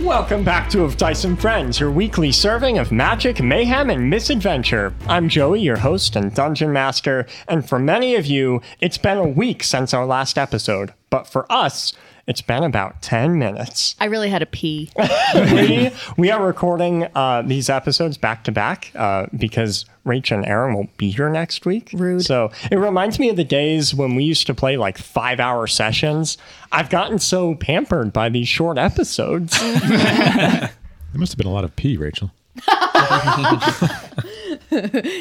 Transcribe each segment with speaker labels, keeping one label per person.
Speaker 1: Welcome back to Of Dice and Friends, your weekly serving of magic, mayhem, and misadventure. I'm Joey, your host and dungeon master, and for many of you, it's been a week since our last episode, but for us, it's been about 10 minutes.
Speaker 2: I really had a pee.
Speaker 1: we, we are recording uh, these episodes back to back uh, because Rach and Aaron will be here next week.
Speaker 2: Rude.
Speaker 1: So it reminds me of the days when we used to play like five hour sessions. I've gotten so pampered by these short episodes.
Speaker 3: There must have been a lot of pee, Rachel.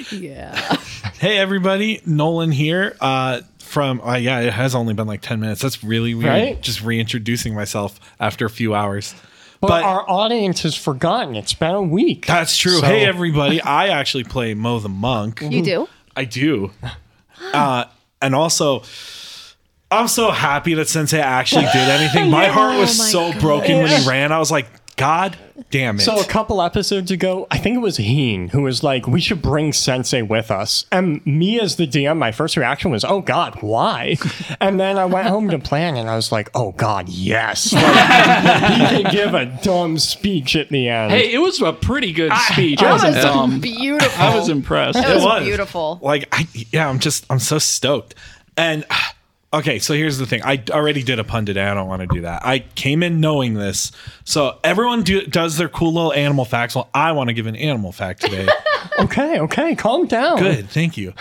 Speaker 2: Yeah.
Speaker 4: Hey everybody, Nolan here. Uh, from uh, yeah, it has only been like ten minutes. That's really weird.
Speaker 1: Right?
Speaker 4: Just reintroducing myself after a few hours.
Speaker 1: But, our audience has forgotten. It's been a week.
Speaker 4: that's true.
Speaker 1: So-
Speaker 4: hey everybody, I actually play Mo the Monk.
Speaker 2: You do?
Speaker 4: I do. Uh, and also, I'm so happy that Sensei actually did anything. My heart was
Speaker 2: Oh my
Speaker 4: so
Speaker 2: God.
Speaker 4: broken when he ran. I was like, God damn it.
Speaker 1: So a couple episodes ago, I think it was Heen who was like, "We should bring Sensei with us." And me as the DM, my first reaction was, "Oh God, why?" And then I went home to plan, and I was like, "Oh God, yes!" Like, he can give a dumb speech at the end.
Speaker 5: Hey, it was a pretty good speech. I
Speaker 2: That
Speaker 5: wasn't
Speaker 2: was
Speaker 5: dumb.
Speaker 2: beautiful.
Speaker 5: um, I was impressed.
Speaker 2: That was beautiful.
Speaker 4: Like, I, yeah, I'm just, I'm so stoked. And okay, so here's the thing. I already did a pundit. and I don't want to do that. I came in knowing this. So everyone do, does their cool little animal facts. Well, I want to give an animal fact today.
Speaker 1: Okay, okay, calm down.
Speaker 4: Good, thank you.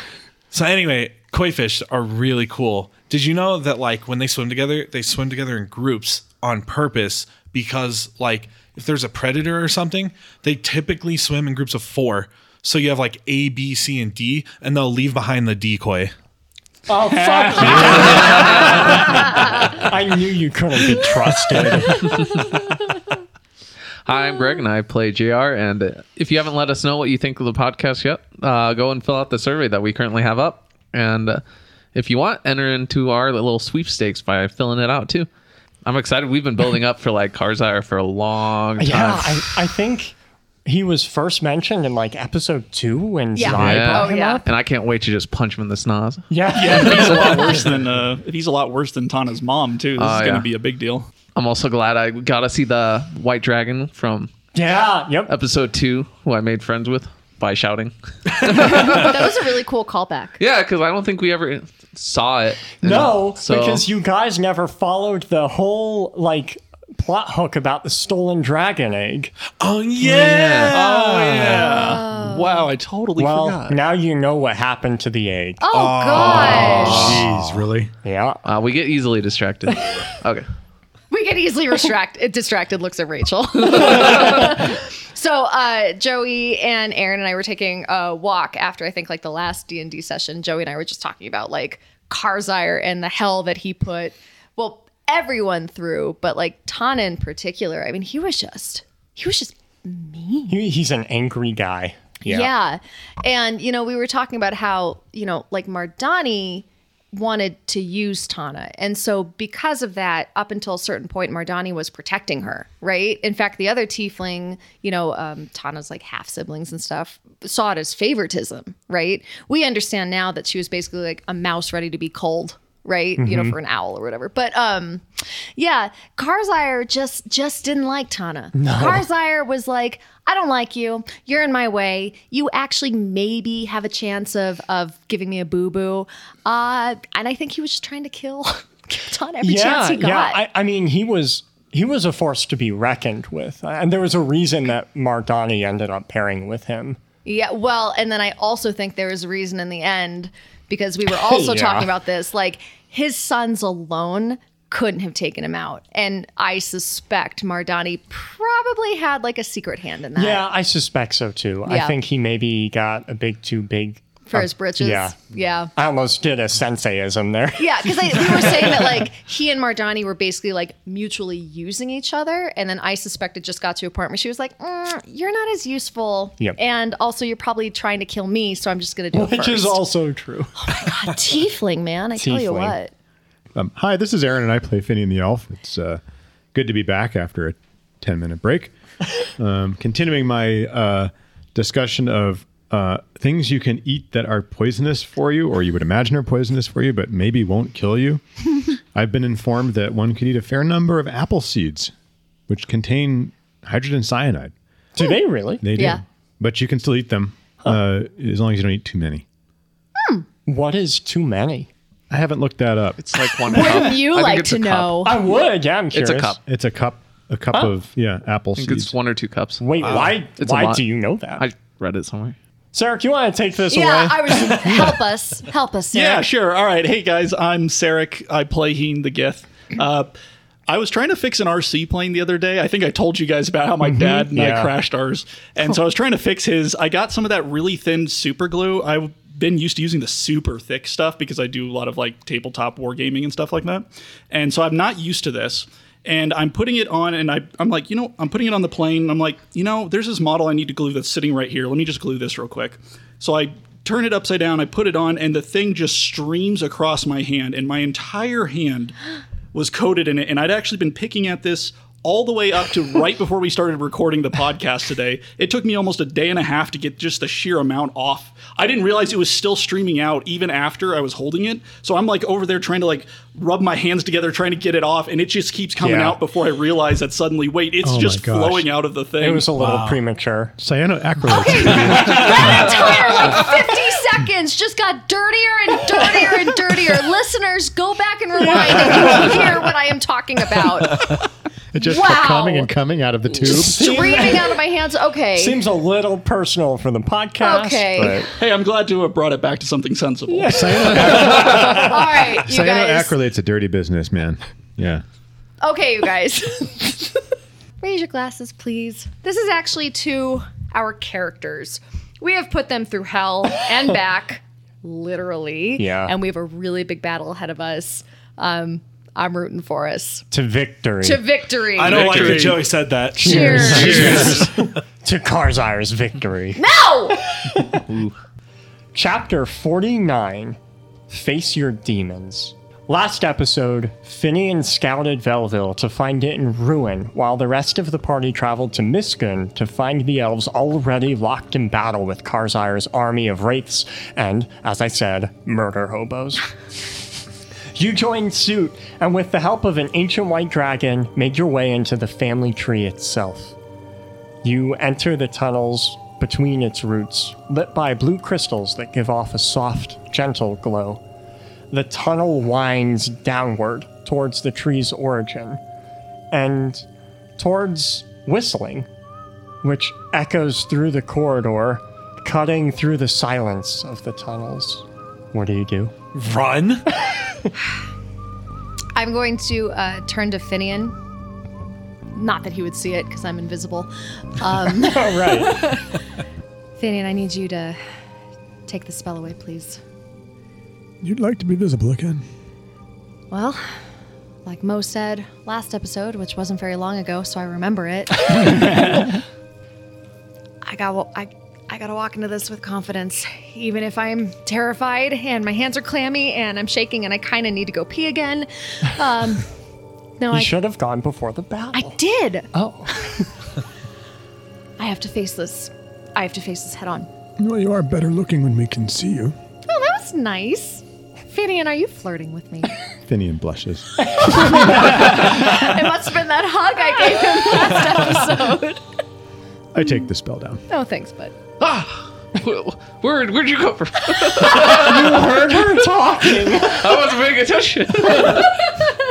Speaker 4: So anyway, koi fish are really cool. Did you know that like when they swim together, they swim together in groups on purpose because like if there's a predator or something, they typically swim in groups of 4. So you have like A, B, C and D and they'll leave behind the decoy.
Speaker 1: Oh fuck you! I knew you couldn't be trusted.
Speaker 6: Hi, I'm Greg, and I play JR. And uh, if you haven't let us know what you think of the podcast yet, uh, go and fill out the survey that we currently have up. And uh, if you want, enter into our little sweepstakes by filling it out too. I'm excited. We've been building up for like Karzire for a long time.
Speaker 1: Yeah, I, I think he was first mentioned in like episode two when
Speaker 2: Yeah.
Speaker 1: Zai
Speaker 6: Yeah.
Speaker 1: brought
Speaker 2: Oh,
Speaker 1: him
Speaker 2: yeah.
Speaker 1: up.
Speaker 6: And I can't wait to just punch him in the snoz.
Speaker 1: Yeah,
Speaker 5: he's a lot worse than uh, he's a lot worse than Tana's mom too. This
Speaker 6: Oh,
Speaker 5: is going to
Speaker 6: yeah.
Speaker 5: be a big deal.
Speaker 6: I'm also glad I got to see the white dragon from
Speaker 1: yeah, yep.
Speaker 6: episode two, who I made friends with by shouting.
Speaker 2: That was a really cool callback.
Speaker 6: Yeah, because I don't think we ever saw it.
Speaker 1: No,
Speaker 6: So-
Speaker 1: because you guys never followed the whole like plot hook about the stolen dragon egg.
Speaker 4: Oh yeah.
Speaker 5: Oh yeah! wow, I totally
Speaker 1: Well,
Speaker 5: forgot.
Speaker 1: now you know what happened to the egg.
Speaker 2: Oh, gosh.
Speaker 3: Jeez, really?
Speaker 1: Yeah.
Speaker 6: Uh, we get easily distracted. okay.
Speaker 2: We get easily distracted. distracted looks at Rachel. so uh, Joey and Aaron and I were taking a walk after I think like the last D and D session. Joey and I were just talking about like Karzire and the hell that he put well everyone through, but like Tana in particular. I mean, he was just he was just
Speaker 1: He, he's an angry guy.
Speaker 2: Yeah. And, you know, we were talking about how, you know, like Mardani wanted to use Tana. And so because of that, up until a certain point, Mardani was protecting her, right? In fact, the other tiefling, you know, um, Tana's like half siblings and stuff, saw it as favoritism, right? We understand now that she was basically like a mouse ready to be culled, right? You
Speaker 1: Mm-hmm.
Speaker 2: know, for an owl or whatever. But um yeah, Karzire just just didn't like Tana. Karzire was like, I don't like you. You're in my way. You actually maybe have a chance of of giving me a boo boo. Uh, and I think he was just trying to kill kill Tana every chance
Speaker 1: Yeah,
Speaker 2: he got.
Speaker 1: yeah. I, I mean, he was he was a force to be reckoned with, and there was a reason that Mardani ended up pairing with him.
Speaker 2: Yeah, well, and then I also think there was a reason in the end because we were also
Speaker 1: Yeah.
Speaker 2: talking about this. Like his sons alone couldn't have taken him out, and I suspect Mardani probably had like a secret hand in that.
Speaker 1: Yeah, I suspect so too. I
Speaker 2: Yeah.
Speaker 1: think he maybe got a big too big.
Speaker 2: for his britches.
Speaker 1: yeah.
Speaker 2: yeah.
Speaker 1: I almost did a senseiism there.
Speaker 2: Yeah, because we were saying that like he and Mardani were basically like mutually using each other, and then I suspect it just got to a point where she was like, "Mm, "You're not as useful,
Speaker 1: Yep.
Speaker 2: and also you're probably trying to kill me, so I'm just gonna do it
Speaker 1: Which is
Speaker 2: first."
Speaker 1: also true.
Speaker 2: God, tiefling, man. I tell you
Speaker 1: Tiefling.
Speaker 2: what.
Speaker 3: Um, hi, this is Aaron, and I play Finny and the Elf. It's uh, good to be back after a 10 minute break. Um, continuing my uh, discussion of uh, things you can eat that are poisonous for you, or you would imagine are poisonous for you, but maybe won't kill you. I've been informed that one could eat a fair number of apple seeds, which contain hydrogen cyanide.
Speaker 1: Do they really?
Speaker 3: They do.
Speaker 2: Yeah.
Speaker 3: But you can still eat them uh, as long as you don't eat too many.
Speaker 1: What is too many?
Speaker 3: I haven't looked that up.
Speaker 6: It's like one
Speaker 2: Wouldn't
Speaker 6: cup.
Speaker 2: you
Speaker 6: I think
Speaker 2: like
Speaker 6: it's
Speaker 2: to
Speaker 6: a cup.
Speaker 2: know?
Speaker 1: I would. Yeah, I'm curious.
Speaker 6: It's a cup.
Speaker 3: It's a cup, a cup of yeah, apple
Speaker 6: I think
Speaker 3: seeds.
Speaker 6: it's one or two cups.
Speaker 1: Wait, why?
Speaker 6: Uh, It's a
Speaker 1: Why
Speaker 6: lot.
Speaker 1: do you know that?
Speaker 6: I read it somewhere.
Speaker 1: Sarah, do you want to take this
Speaker 2: Yeah,
Speaker 1: away?
Speaker 2: I was. Help us, help us. Sarah.
Speaker 5: Yeah, sure. All right. Hey, guys. I'm Sarek. I play Heen the Gith. Uh, I was trying to fix an RC plane the other day. I think I told you guys about how my dad and
Speaker 1: Yeah.
Speaker 5: I crashed ours. And so I was trying to fix his. I got some of that really thin super glue. I've been used to using the super thick stuff because I do a lot of like tabletop wargaming and stuff like that. And so I'm not used to this. And I'm putting it on, and I, I'm like, you know, I'm putting it on the plane. I'm like, you know, there's this model I need to glue that's sitting right here. Let me just glue this real quick. So I turn it upside down, I put it on, and the thing just streams across my hand, and my entire hand was coated in it. And I'd actually been picking at this all the way up to right before we started recording the podcast today. It took me almost a day and a half to get just the sheer amount off. I didn't realize it was still streaming out even after I was holding it. So I'm like over there trying to like rub my hands together, trying to get it off, and it just keeps coming
Speaker 1: Yeah. Oh
Speaker 5: out before I realize that suddenly, wait, it's
Speaker 3: my
Speaker 5: just
Speaker 3: gosh.
Speaker 5: flowing out of the thing.
Speaker 1: it was a little premature.
Speaker 3: cyanoacrylate.
Speaker 2: Okay, that entire like 50 seconds just got dirtier and dirtier and dirtier. Listeners, go back and rewind and you'll hear what I am talking about.
Speaker 3: It just
Speaker 2: Wow.
Speaker 3: kept coming and coming out of the tube.
Speaker 2: Streaming out of my hands. Okay.
Speaker 1: Seems a little personal for the podcast.
Speaker 2: Okay.
Speaker 1: but-
Speaker 5: hey, I'm glad to have brought it back to something sensible.
Speaker 2: All right, you guys.
Speaker 3: Cyanoacrylate's a dirty business, man. Yeah.
Speaker 2: Okay, you guys. Raise your glasses, please. This is actually to our characters. We have put them through hell and back, literally.
Speaker 1: Yeah.
Speaker 2: And we have a really big battle ahead of us. Um, I'm rooting for us.
Speaker 1: to victory.
Speaker 2: To
Speaker 1: To,
Speaker 2: victory.
Speaker 4: I don't like
Speaker 5: Victory.
Speaker 4: that Joey said that.
Speaker 2: Cheers.
Speaker 1: Karzaire's victory.
Speaker 2: No!
Speaker 1: Chapter 49 Face Your Demons. Last episode, Finian scouted Velville to find it in ruin, while the rest of the party traveled to Miskun to find the elves already locked in battle with Karzaire's army of wraiths and, as I said, murder hobos. You joined suit, and with the help of an ancient white dragon, made your way into the family tree itself. You enter the tunnels between its roots, lit by blue crystals that give off a soft, gentle glow. The tunnel winds downward towards the tree's origin and towards whistling, which echoes through the corridor, cutting through the silence of the tunnels. What do you do?
Speaker 4: Run.
Speaker 2: I'm going to uh, turn to Finian. Not that he would see it because I'm invisible.
Speaker 1: All
Speaker 2: Um,
Speaker 1: right.
Speaker 2: Finian, I need you to take the spell away, please.
Speaker 7: You'd like to be visible again.
Speaker 2: Well, like Mo said last episode, which wasn't very long ago, so I remember it. I got I I got to walk into this with confidence, even if I'm terrified and my hands are clammy and I'm shaking and I kind of need to go pee again. Um, no,
Speaker 1: you
Speaker 2: I,
Speaker 1: should have gone before the battle.
Speaker 2: I did.
Speaker 1: oh.
Speaker 2: I have to face this. I have to face this head on.
Speaker 7: Well, you are better looking when we can see you.
Speaker 2: Oh, that was nice. Finian, are you flirting with me? it
Speaker 3: Finian blushes.
Speaker 2: must have been that hug I gave him last episode.
Speaker 3: I take the spell down.
Speaker 2: No thanks, bud.
Speaker 6: Wh- Where, where'd you go from?
Speaker 1: heard her talking.
Speaker 6: I wasn't paying attention.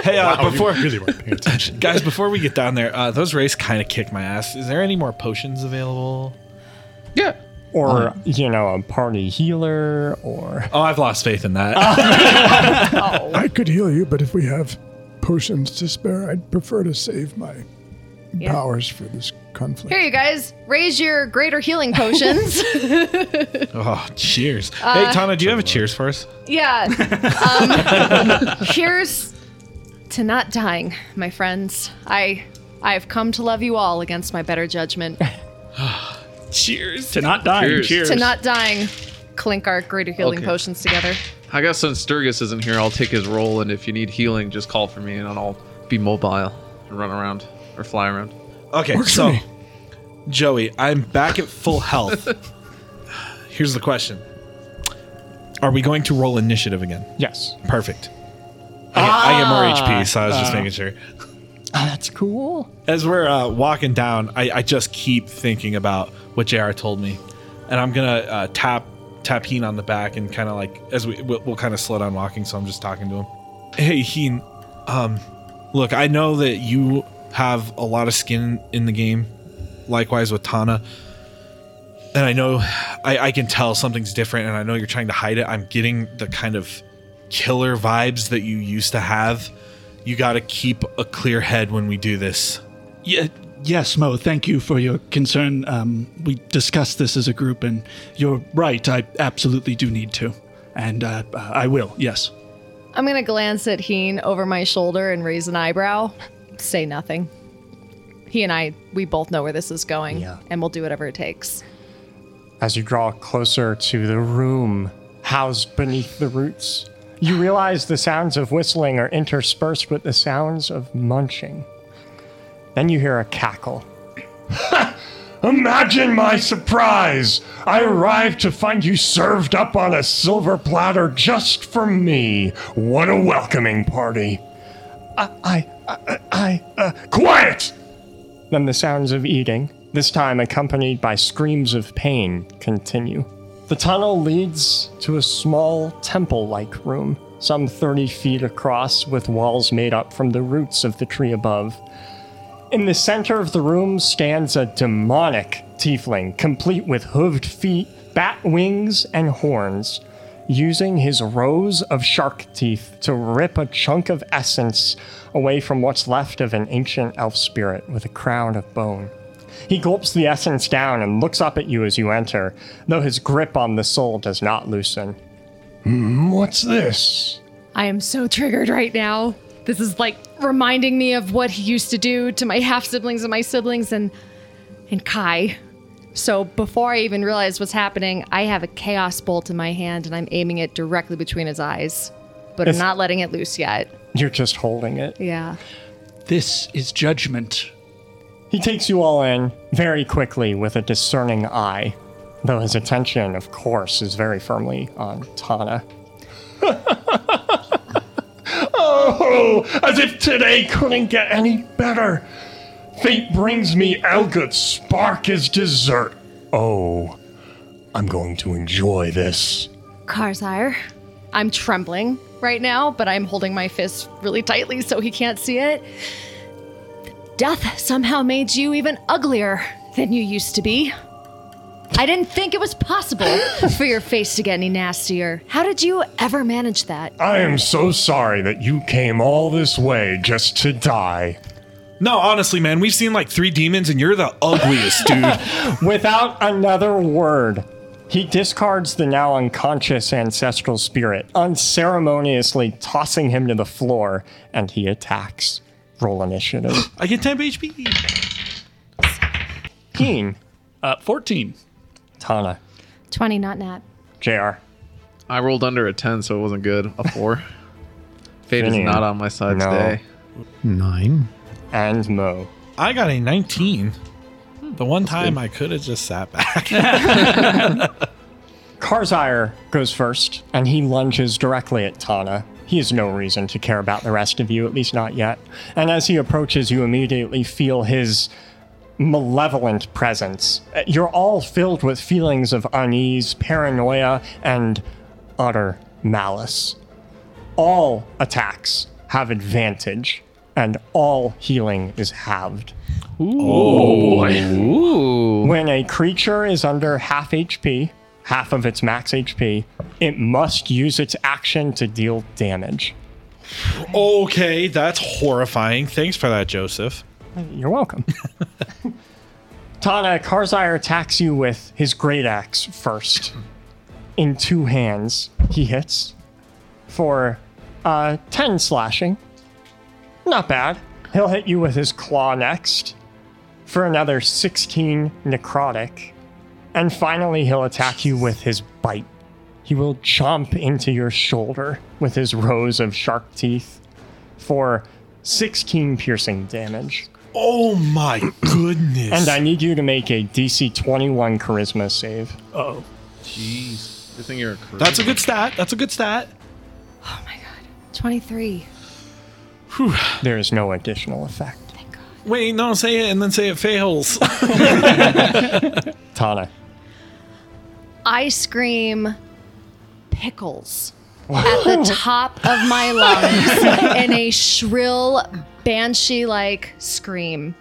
Speaker 4: Hey, uh, before
Speaker 3: really weren't paying attention.
Speaker 4: guys, before we get down there, uh, those rays kind of kick my ass. Is there any more potions available?
Speaker 6: yeah.
Speaker 1: Or, you know, a party healer or.
Speaker 4: Oh, I've lost faith in that.
Speaker 7: I could heal you, but if we have potions to spare, I'd prefer to save my
Speaker 2: Yeah.
Speaker 7: powers for this conflict.
Speaker 2: Here, you guys, raise your greater healing potions.
Speaker 4: oh, cheers. hey, Tana, do you have a cheers for us?
Speaker 2: yeah. Um, here's to not dying, my friends. I I have come to love you all against my better judgment.
Speaker 4: Cheers.
Speaker 5: To not die.
Speaker 6: Cheers.
Speaker 5: Cheers.
Speaker 2: to not dying, clink our greater healing
Speaker 6: Okay.
Speaker 2: potions together.
Speaker 6: I guess since Sturgis isn't here, I'll take his role, and if you need healing, just call for me, and I'll be mobile and run around or fly around.
Speaker 4: Okay,
Speaker 7: Works for
Speaker 4: so
Speaker 7: me.
Speaker 4: Joey, I'm back at full health. Here's the question: Are we going to roll initiative again?
Speaker 1: Yes.
Speaker 4: Perfect. I, I get more HP, so I was just making sure.
Speaker 1: Oh, Ah. that's cool.
Speaker 4: As we're uh, walking down, I, I just keep thinking about what JR told me, and I'm gonna uh, tap tap Heen on the back and kind of like as we we'll, we'll kind of slow down walking. So I'm just talking to him. Hey Heen, um, look, I know that you have a lot of skin in the game, likewise with Tana, and I know I, I can tell something's different, and I know you're trying to hide it. I'm getting the kind of killer vibes that you used to have. You got to keep a clear head when we do this.
Speaker 5: Yeah, yes, Mo, thank you for your concern. Um, we discussed this as a group, and you're right. I absolutely do need to. And uh, I will, yes.
Speaker 2: I'm gonna glance at Heen over my shoulder and raise an eyebrow. Say nothing. He and I, we both know where this is going,
Speaker 1: Yeah.
Speaker 2: and we'll do whatever it takes.
Speaker 1: As you draw closer to the room housed beneath the roots, you realize the sounds of whistling are interspersed with the sounds of munching. Then you hear a cackle.
Speaker 7: Imagine my surprise! I arrived to find you served up on a silver platter just for me.
Speaker 1: What a welcoming party! I, I, I, I, uh,
Speaker 7: Quiet!
Speaker 1: Then the sounds of eating, this time accompanied by screams of pain, continue. The tunnel leads to a small temple like room, some 30 feet across, with walls made up from the roots of the tree above. In the center of the room stands a demonic tiefling, complete with hooved feet, bat wings, and horns, using his rows of shark teeth to rip a chunk of essence away from what's left of an ancient elf spirit with a crown of bone. He gulps the essence down and looks up at you as you enter, though his grip on the soul does not loosen.
Speaker 7: Hmm, What's this?
Speaker 2: I am so triggered right now. This is like reminding me of what he used to do to my half siblings and my siblings and and Kai. So before I even realize what's happening, I have a chaos bolt in my hand and I'm aiming it directly between his eyes. But
Speaker 1: If-
Speaker 2: I'm not letting it loose yet.
Speaker 1: You're just holding it.
Speaker 2: Yeah.
Speaker 5: This is judgment.
Speaker 1: He takes you all in very quickly with a discerning eye, though his attention, of course, is very firmly on Tana.
Speaker 7: Oh, as if today couldn't get any better. Fate brings me Elgut's spark as dessert. Oh, I'm going to enjoy this.
Speaker 2: Karzire. I'm trembling right now, but I'm holding my fist really tightly so he can't see it. Death somehow made you even uglier than you used to be. I didn't think it was possible for your face to get any nastier. How did you ever manage that?
Speaker 7: I am so sorry that you came all this way just to die.
Speaker 4: No, honestly, man, we've seen like three demons, and you're the ugliest, dude.
Speaker 1: Without another word, he discards the now unconscious ancestral spirit, unceremoniously tossing him to the floor, and he attacks. Roll initiative.
Speaker 4: I get 10 HP.
Speaker 1: Keen,
Speaker 5: Uh, 14.
Speaker 1: Tana,
Speaker 2: 20, not nat.
Speaker 1: JR.
Speaker 6: I rolled under a 10, so it wasn't good. A 4. Fate is
Speaker 1: Finian.
Speaker 6: not on my side
Speaker 1: No.
Speaker 6: today.
Speaker 3: Nine.
Speaker 1: and Mo.
Speaker 4: I got a 19. The one time I could have just sat back.
Speaker 1: Karzire goes first, and he lunges directly at Tana. He has no reason to care about the rest of you, at least not yet. And as he approaches, you immediately feel his malevolent presence. Uh, You're all filled with feelings of unease, paranoia, and utter malice. All attacks have advantage, and all healing is halved.
Speaker 6: Ooh.
Speaker 1: When a creature is under half HP, half of its max HP, it must use its action to deal damage.
Speaker 4: okay, that's horrifying. Thanks for that, Joseph.
Speaker 1: You're welcome. Tana, Karzire attacks you with his great axe first. In two hands, he hits for uh, 10 slashing. Not bad. He'll hit you with his claw next for another 16 necrotic. And finally, he'll attack you with his bite. He will chomp into your shoulder with his rows of shark teeth for 16 piercing damage.
Speaker 4: Oh my goodness.
Speaker 1: And I need you to make a DC 21 charisma save.
Speaker 5: Oh.
Speaker 6: Jeez. Good thing you're a crew.
Speaker 4: that's a good stat. That's a good stat.
Speaker 2: Oh my god. 23.
Speaker 1: There is no additional effect.
Speaker 4: Wait, no, say it and then say it fails.
Speaker 1: Tana.
Speaker 2: I scream pickles at the top of my lungs in a shrill banshee like scream.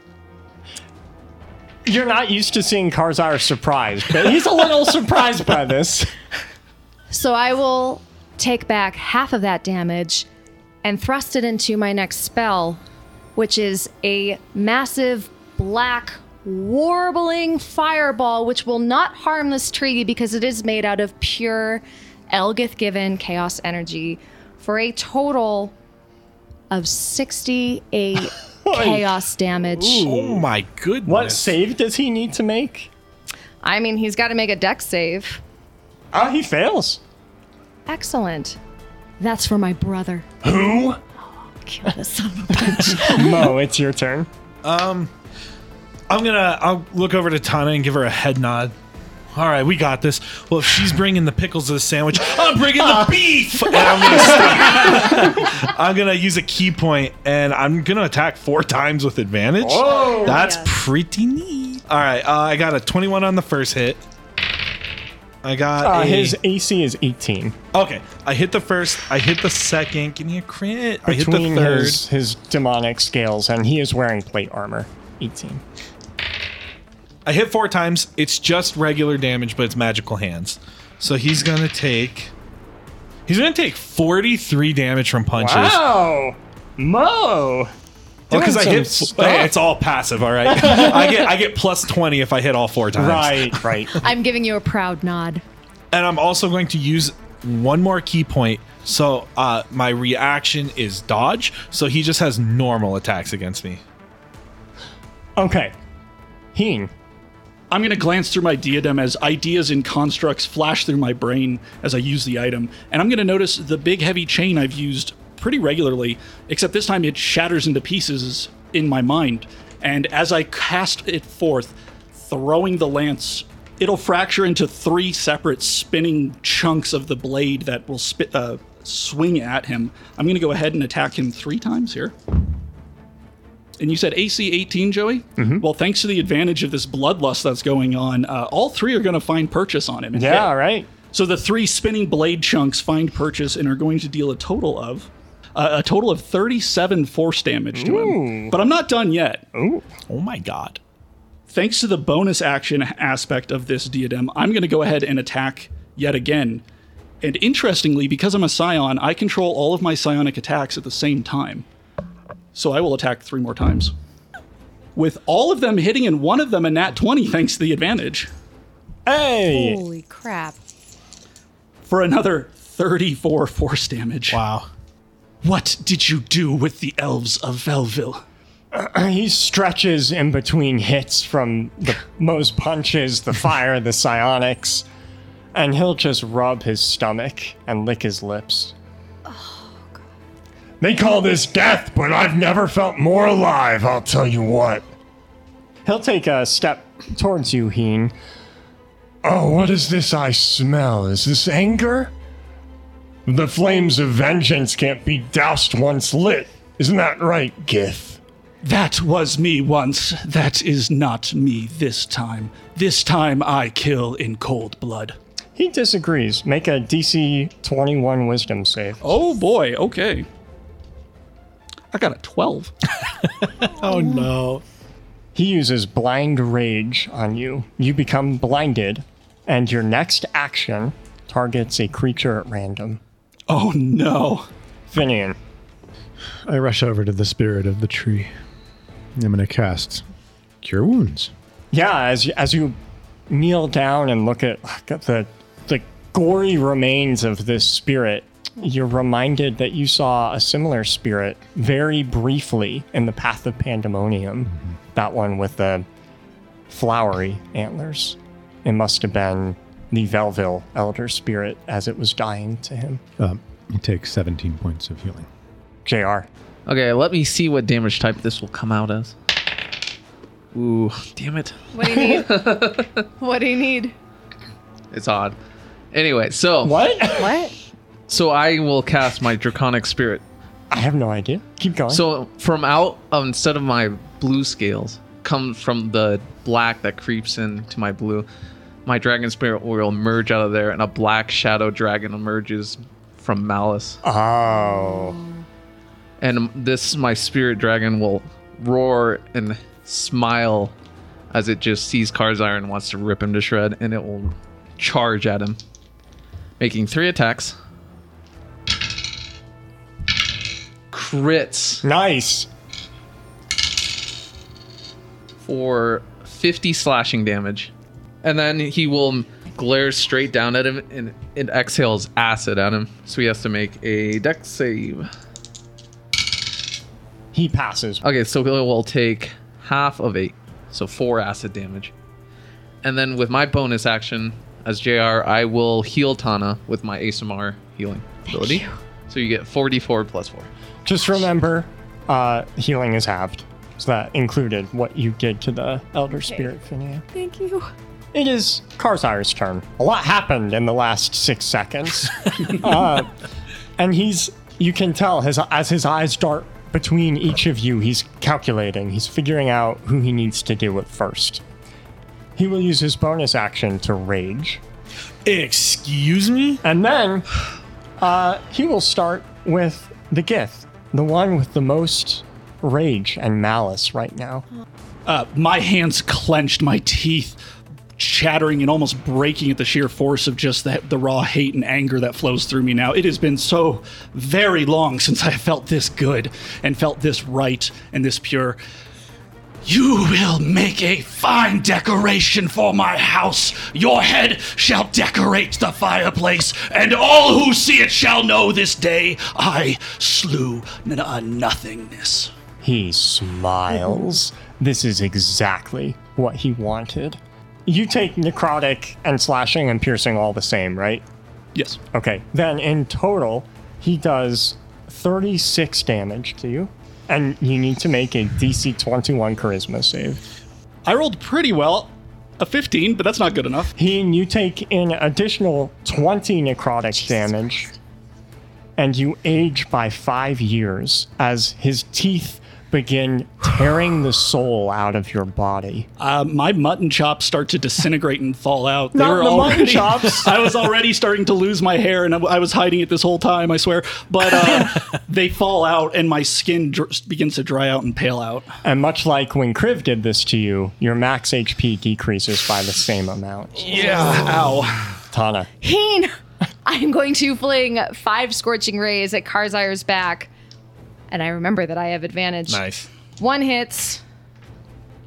Speaker 1: You're not used to seeing Karzar surprised, but he's a little surprised by this.
Speaker 2: So I will take back half of that damage and thrust it into my next spell, which is a massive black warbling fireball, which will not harm this tree because it is made out of pure Elgith given chaos energy for a total of 68 chaos damage.
Speaker 4: oh my goodness.
Speaker 1: What save does he need to make?
Speaker 2: I mean, he's got to make a deck save.
Speaker 1: Ah, he fails.
Speaker 2: Excellent. That's for my brother.
Speaker 7: Who?
Speaker 2: Kill the son of a
Speaker 1: Mo, it's your turn.
Speaker 4: I'm gonna. I'll look over to Tana and give her a head nod. All right, we got this. Well, if she's bringing the pickles to the sandwich, I'm bringing the beef. And I'm gonna, stop. I'm gonna use a key point, and I'm gonna attack four times with advantage.
Speaker 1: Oh,
Speaker 4: That's
Speaker 2: Yeah.
Speaker 4: pretty neat. All right, uh, I got a 21 on the first hit. I got
Speaker 1: uh,
Speaker 4: a-
Speaker 1: his AC is 18.
Speaker 4: okay. I hit the first. I hit the second. Give me a crit. I hit the
Speaker 1: Between
Speaker 4: third.
Speaker 1: his, his demonic scales, and he is wearing plate armor. 18.
Speaker 4: I hit four times. It's just regular damage, but it's magical hands. So he's gonna take. He's gonna take 43 damage from punches.
Speaker 1: Wow! Mo!
Speaker 4: because I
Speaker 1: doing
Speaker 4: hit.
Speaker 1: some
Speaker 4: Hey,
Speaker 1: stuff.
Speaker 4: it's all passive. All right. I get I get plus 20 if I hit all four times.
Speaker 1: Right, right.
Speaker 2: I'm giving you a proud nod.
Speaker 4: And I'm also going to use one more key point. So uh, my reaction is dodge. So he just has normal attacks against me.
Speaker 1: Okay. Heen.
Speaker 5: I'm going to glance through my diadem as ideas and constructs flash through my brain as I use the item. And I'm going to notice the big heavy chain I've used pretty regularly, except this time it shatters into pieces in my mind. And as I cast it forth, throwing the lance, it'll fracture into three separate spinning chunks of the blade that will spit, uh, swing at him. I'm going to go ahead and attack him three times here. And you said AC 18, Joey? Well, thanks to the advantage of this bloodlust that's going on, uh, all three are going to find purchase on him. and
Speaker 1: Yeah,
Speaker 5: hit.
Speaker 1: right.
Speaker 5: So the three spinning blade chunks find purchase and are going to deal a total of. Uh, a total of 37 force damage to him. But I'm not done yet.
Speaker 4: Oh my god.
Speaker 5: Thanks to the bonus action aspect of this diadem, I'm going to go ahead and attack yet again. And interestingly, because I'm a scion, I control all of my psionic attacks at the same time. So I will attack three more times. With all of them hitting and one of them a nat 20, thanks to the advantage,
Speaker 1: Hey!
Speaker 2: Holy crap.
Speaker 5: for another 34 force damage.
Speaker 4: Wow.
Speaker 5: What did you do with the elves of Velville?
Speaker 1: He stretches in between hits from the Mo's punches, the fire, the psionics, and he'll just rub his stomach and lick his lips.
Speaker 7: They call this death, but I've never felt more alive, I'll tell you what.
Speaker 1: He'll take a step towards you, Heen.
Speaker 7: Oh, what is this I smell? Is this anger? The flames of vengeance can't be doused once lit. Isn't that right, Gith?
Speaker 5: That was me once. That is not me this time. This time I kill in cold blood.
Speaker 1: He disagrees. Make a DC 21 wisdom save.
Speaker 5: Oh boy, okay. I got a 12.
Speaker 4: Oh no.
Speaker 1: He uses blind rage on you. You become blinded, and your next action targets a creature at random.
Speaker 5: Oh no.
Speaker 1: Finian.
Speaker 3: I rush over to the spirit of the tree. I'm gonna cast Cure Wounds.
Speaker 1: Yeah, as you, as you kneel down and look at look at the the gory remains of this spirit, you're reminded that you saw a similar spirit very briefly in the Path of Pandemonium. That one with the flowery antlers. It must have been the Velville elder spirit as it was dying to him.
Speaker 3: Um, he takes 17 points of healing.
Speaker 1: JR.
Speaker 6: Okay, let me see what damage type this will come out as. Ooh, damn it.
Speaker 2: What do you need? what do you need?
Speaker 6: It's odd. Anyway, so
Speaker 1: What?
Speaker 2: What?
Speaker 6: so I will cast my draconic spirit
Speaker 1: I have no idea. Keep going.
Speaker 6: So from out um, instead of my blue scales comes from the black that creeps into my blue. My dragon spirit will merge out of there, and a black shadow dragon emerges from malice.
Speaker 1: oh,
Speaker 6: And this my spirit dragon will roar and smile as it just sees Karzire and wants to rip him to shred, and it will charge at him, making three attacks. Crits.
Speaker 1: nice.
Speaker 6: for 50 slashing damage. And then he will glare straight down at him and, and exhales acid at him. So he has to make a dex save.
Speaker 1: He passes.
Speaker 6: Okay, so he will take half of eight, so four acid damage. And then with my bonus action as JR, I will heal Tana with my ASMR healing ability. So you get 44 plus 4.
Speaker 1: Just remember, uh, healing is halved. So that included what you did to the Elder Spirit, Finia.
Speaker 2: Thank you.
Speaker 1: It is Karzire's turn. A lot happened in the last six seconds. uh, and he's, you can tell his, as his eyes dart between each of you, he's calculating. He's figuring out who he needs to deal with first. He will use his bonus action to rage.
Speaker 4: Excuse me?
Speaker 1: And then uh, he will start with the Gith, the one with the most rage and malice right now.
Speaker 5: Uh, my hands clenched, my teeth chattering and almost breaking at the sheer force of just that, the raw hate and anger that flows through me now. It has been so very long since I felt this good and felt this right and this pure. You will make a fine decoration for my house. Your head shall decorate the fireplace, and all who see it shall know this day I slew n- a nothingness.
Speaker 1: He smiles. This is exactly what he wanted. You take necrotic and slashing and piercing all the same, right?
Speaker 5: Yes.
Speaker 1: Okay. Then in total, he does 36 damage to you. And you need to make a DC 21 charisma save.
Speaker 5: I rolled pretty well, a 15, but that's not good enough.
Speaker 1: He and you take an additional 20 necrotic damage, and you age by five years as his teeth begin tearing the soul out of your body.
Speaker 5: Uh, my mutton chops start to disintegrate and fall out. They
Speaker 1: Not
Speaker 5: were
Speaker 1: the mutton
Speaker 5: already-
Speaker 1: chops.
Speaker 5: I was already starting to lose my hair, and I, I was hiding it this whole time. I swear, but uh, they fall out, and my skin dr- begins to dry out and pale out.
Speaker 1: And much like when Kriv did this to you, your max HP decreases by the same amount.
Speaker 5: Ow!
Speaker 1: Tana.
Speaker 2: Heen! I'm going to fling five scorching rays at Karzire's back. And I remember that I have advantage.
Speaker 4: Nice.
Speaker 2: One hits,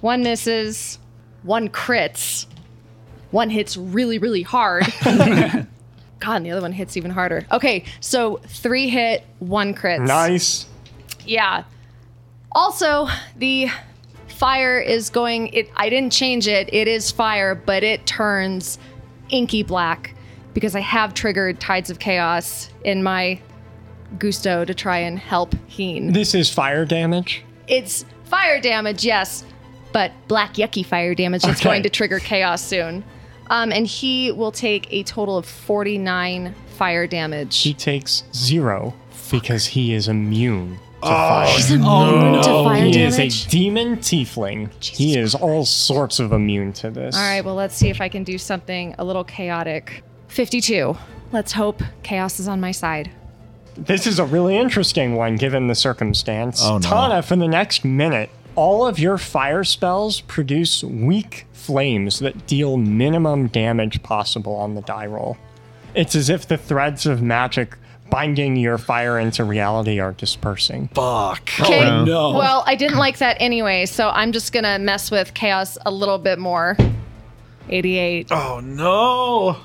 Speaker 2: one misses, one crits, one hits really, really hard. God, and the other one hits even harder. Okay, so three hit, one crits.
Speaker 1: Nice.
Speaker 2: Yeah. Also, the fire is going it I didn't change it. It is fire, but it turns inky black because I have triggered Tides of Chaos in my gusto to try and help Heen.
Speaker 1: This is fire damage.
Speaker 2: It's fire damage, yes, but black yucky fire damage that's
Speaker 1: Okay.
Speaker 2: going to trigger chaos soon. Um, and he will take a total of 49 fire damage.
Speaker 1: He takes zero because he is immune to fire.
Speaker 2: to fire
Speaker 1: He is a demon tiefling. he is all sorts of immune to this.
Speaker 2: All right, well, let's see if I can do something a little chaotic. 52. Let's hope chaos is on my side.
Speaker 1: This is a really interesting one given the circumstance. Tana, for the next minute, all of your fire spells produce weak flames that deal minimum damage possible on the die roll. It's as if the threads of magic binding your fire into reality are dispersing.
Speaker 2: Okay.
Speaker 5: No.
Speaker 2: Well, I didn't like that anyway, so I'm just going to mess with chaos a little bit more. 88.
Speaker 4: Oh no.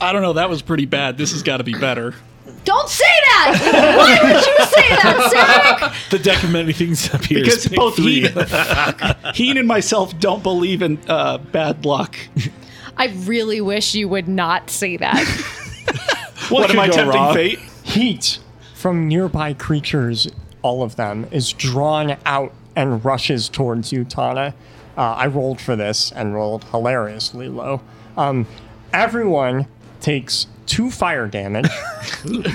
Speaker 5: I don't know. That was pretty bad. This has got to be better.
Speaker 2: Don't say that! Why would you say that, Zach?
Speaker 4: The deck of many things appears.
Speaker 5: Because
Speaker 4: Pick
Speaker 5: both
Speaker 4: three.
Speaker 5: Heen, Heen and myself don't believe in uh, bad luck.
Speaker 2: I really wish you would not say that.
Speaker 5: What, am I
Speaker 4: could go
Speaker 5: tempting
Speaker 4: wrong?
Speaker 5: fate?
Speaker 1: Heat from nearby creatures, all of them, is drawn out and rushes towards you, Tana. Uh, I rolled for this and rolled hilariously low. Um, everyone takes two fire damage,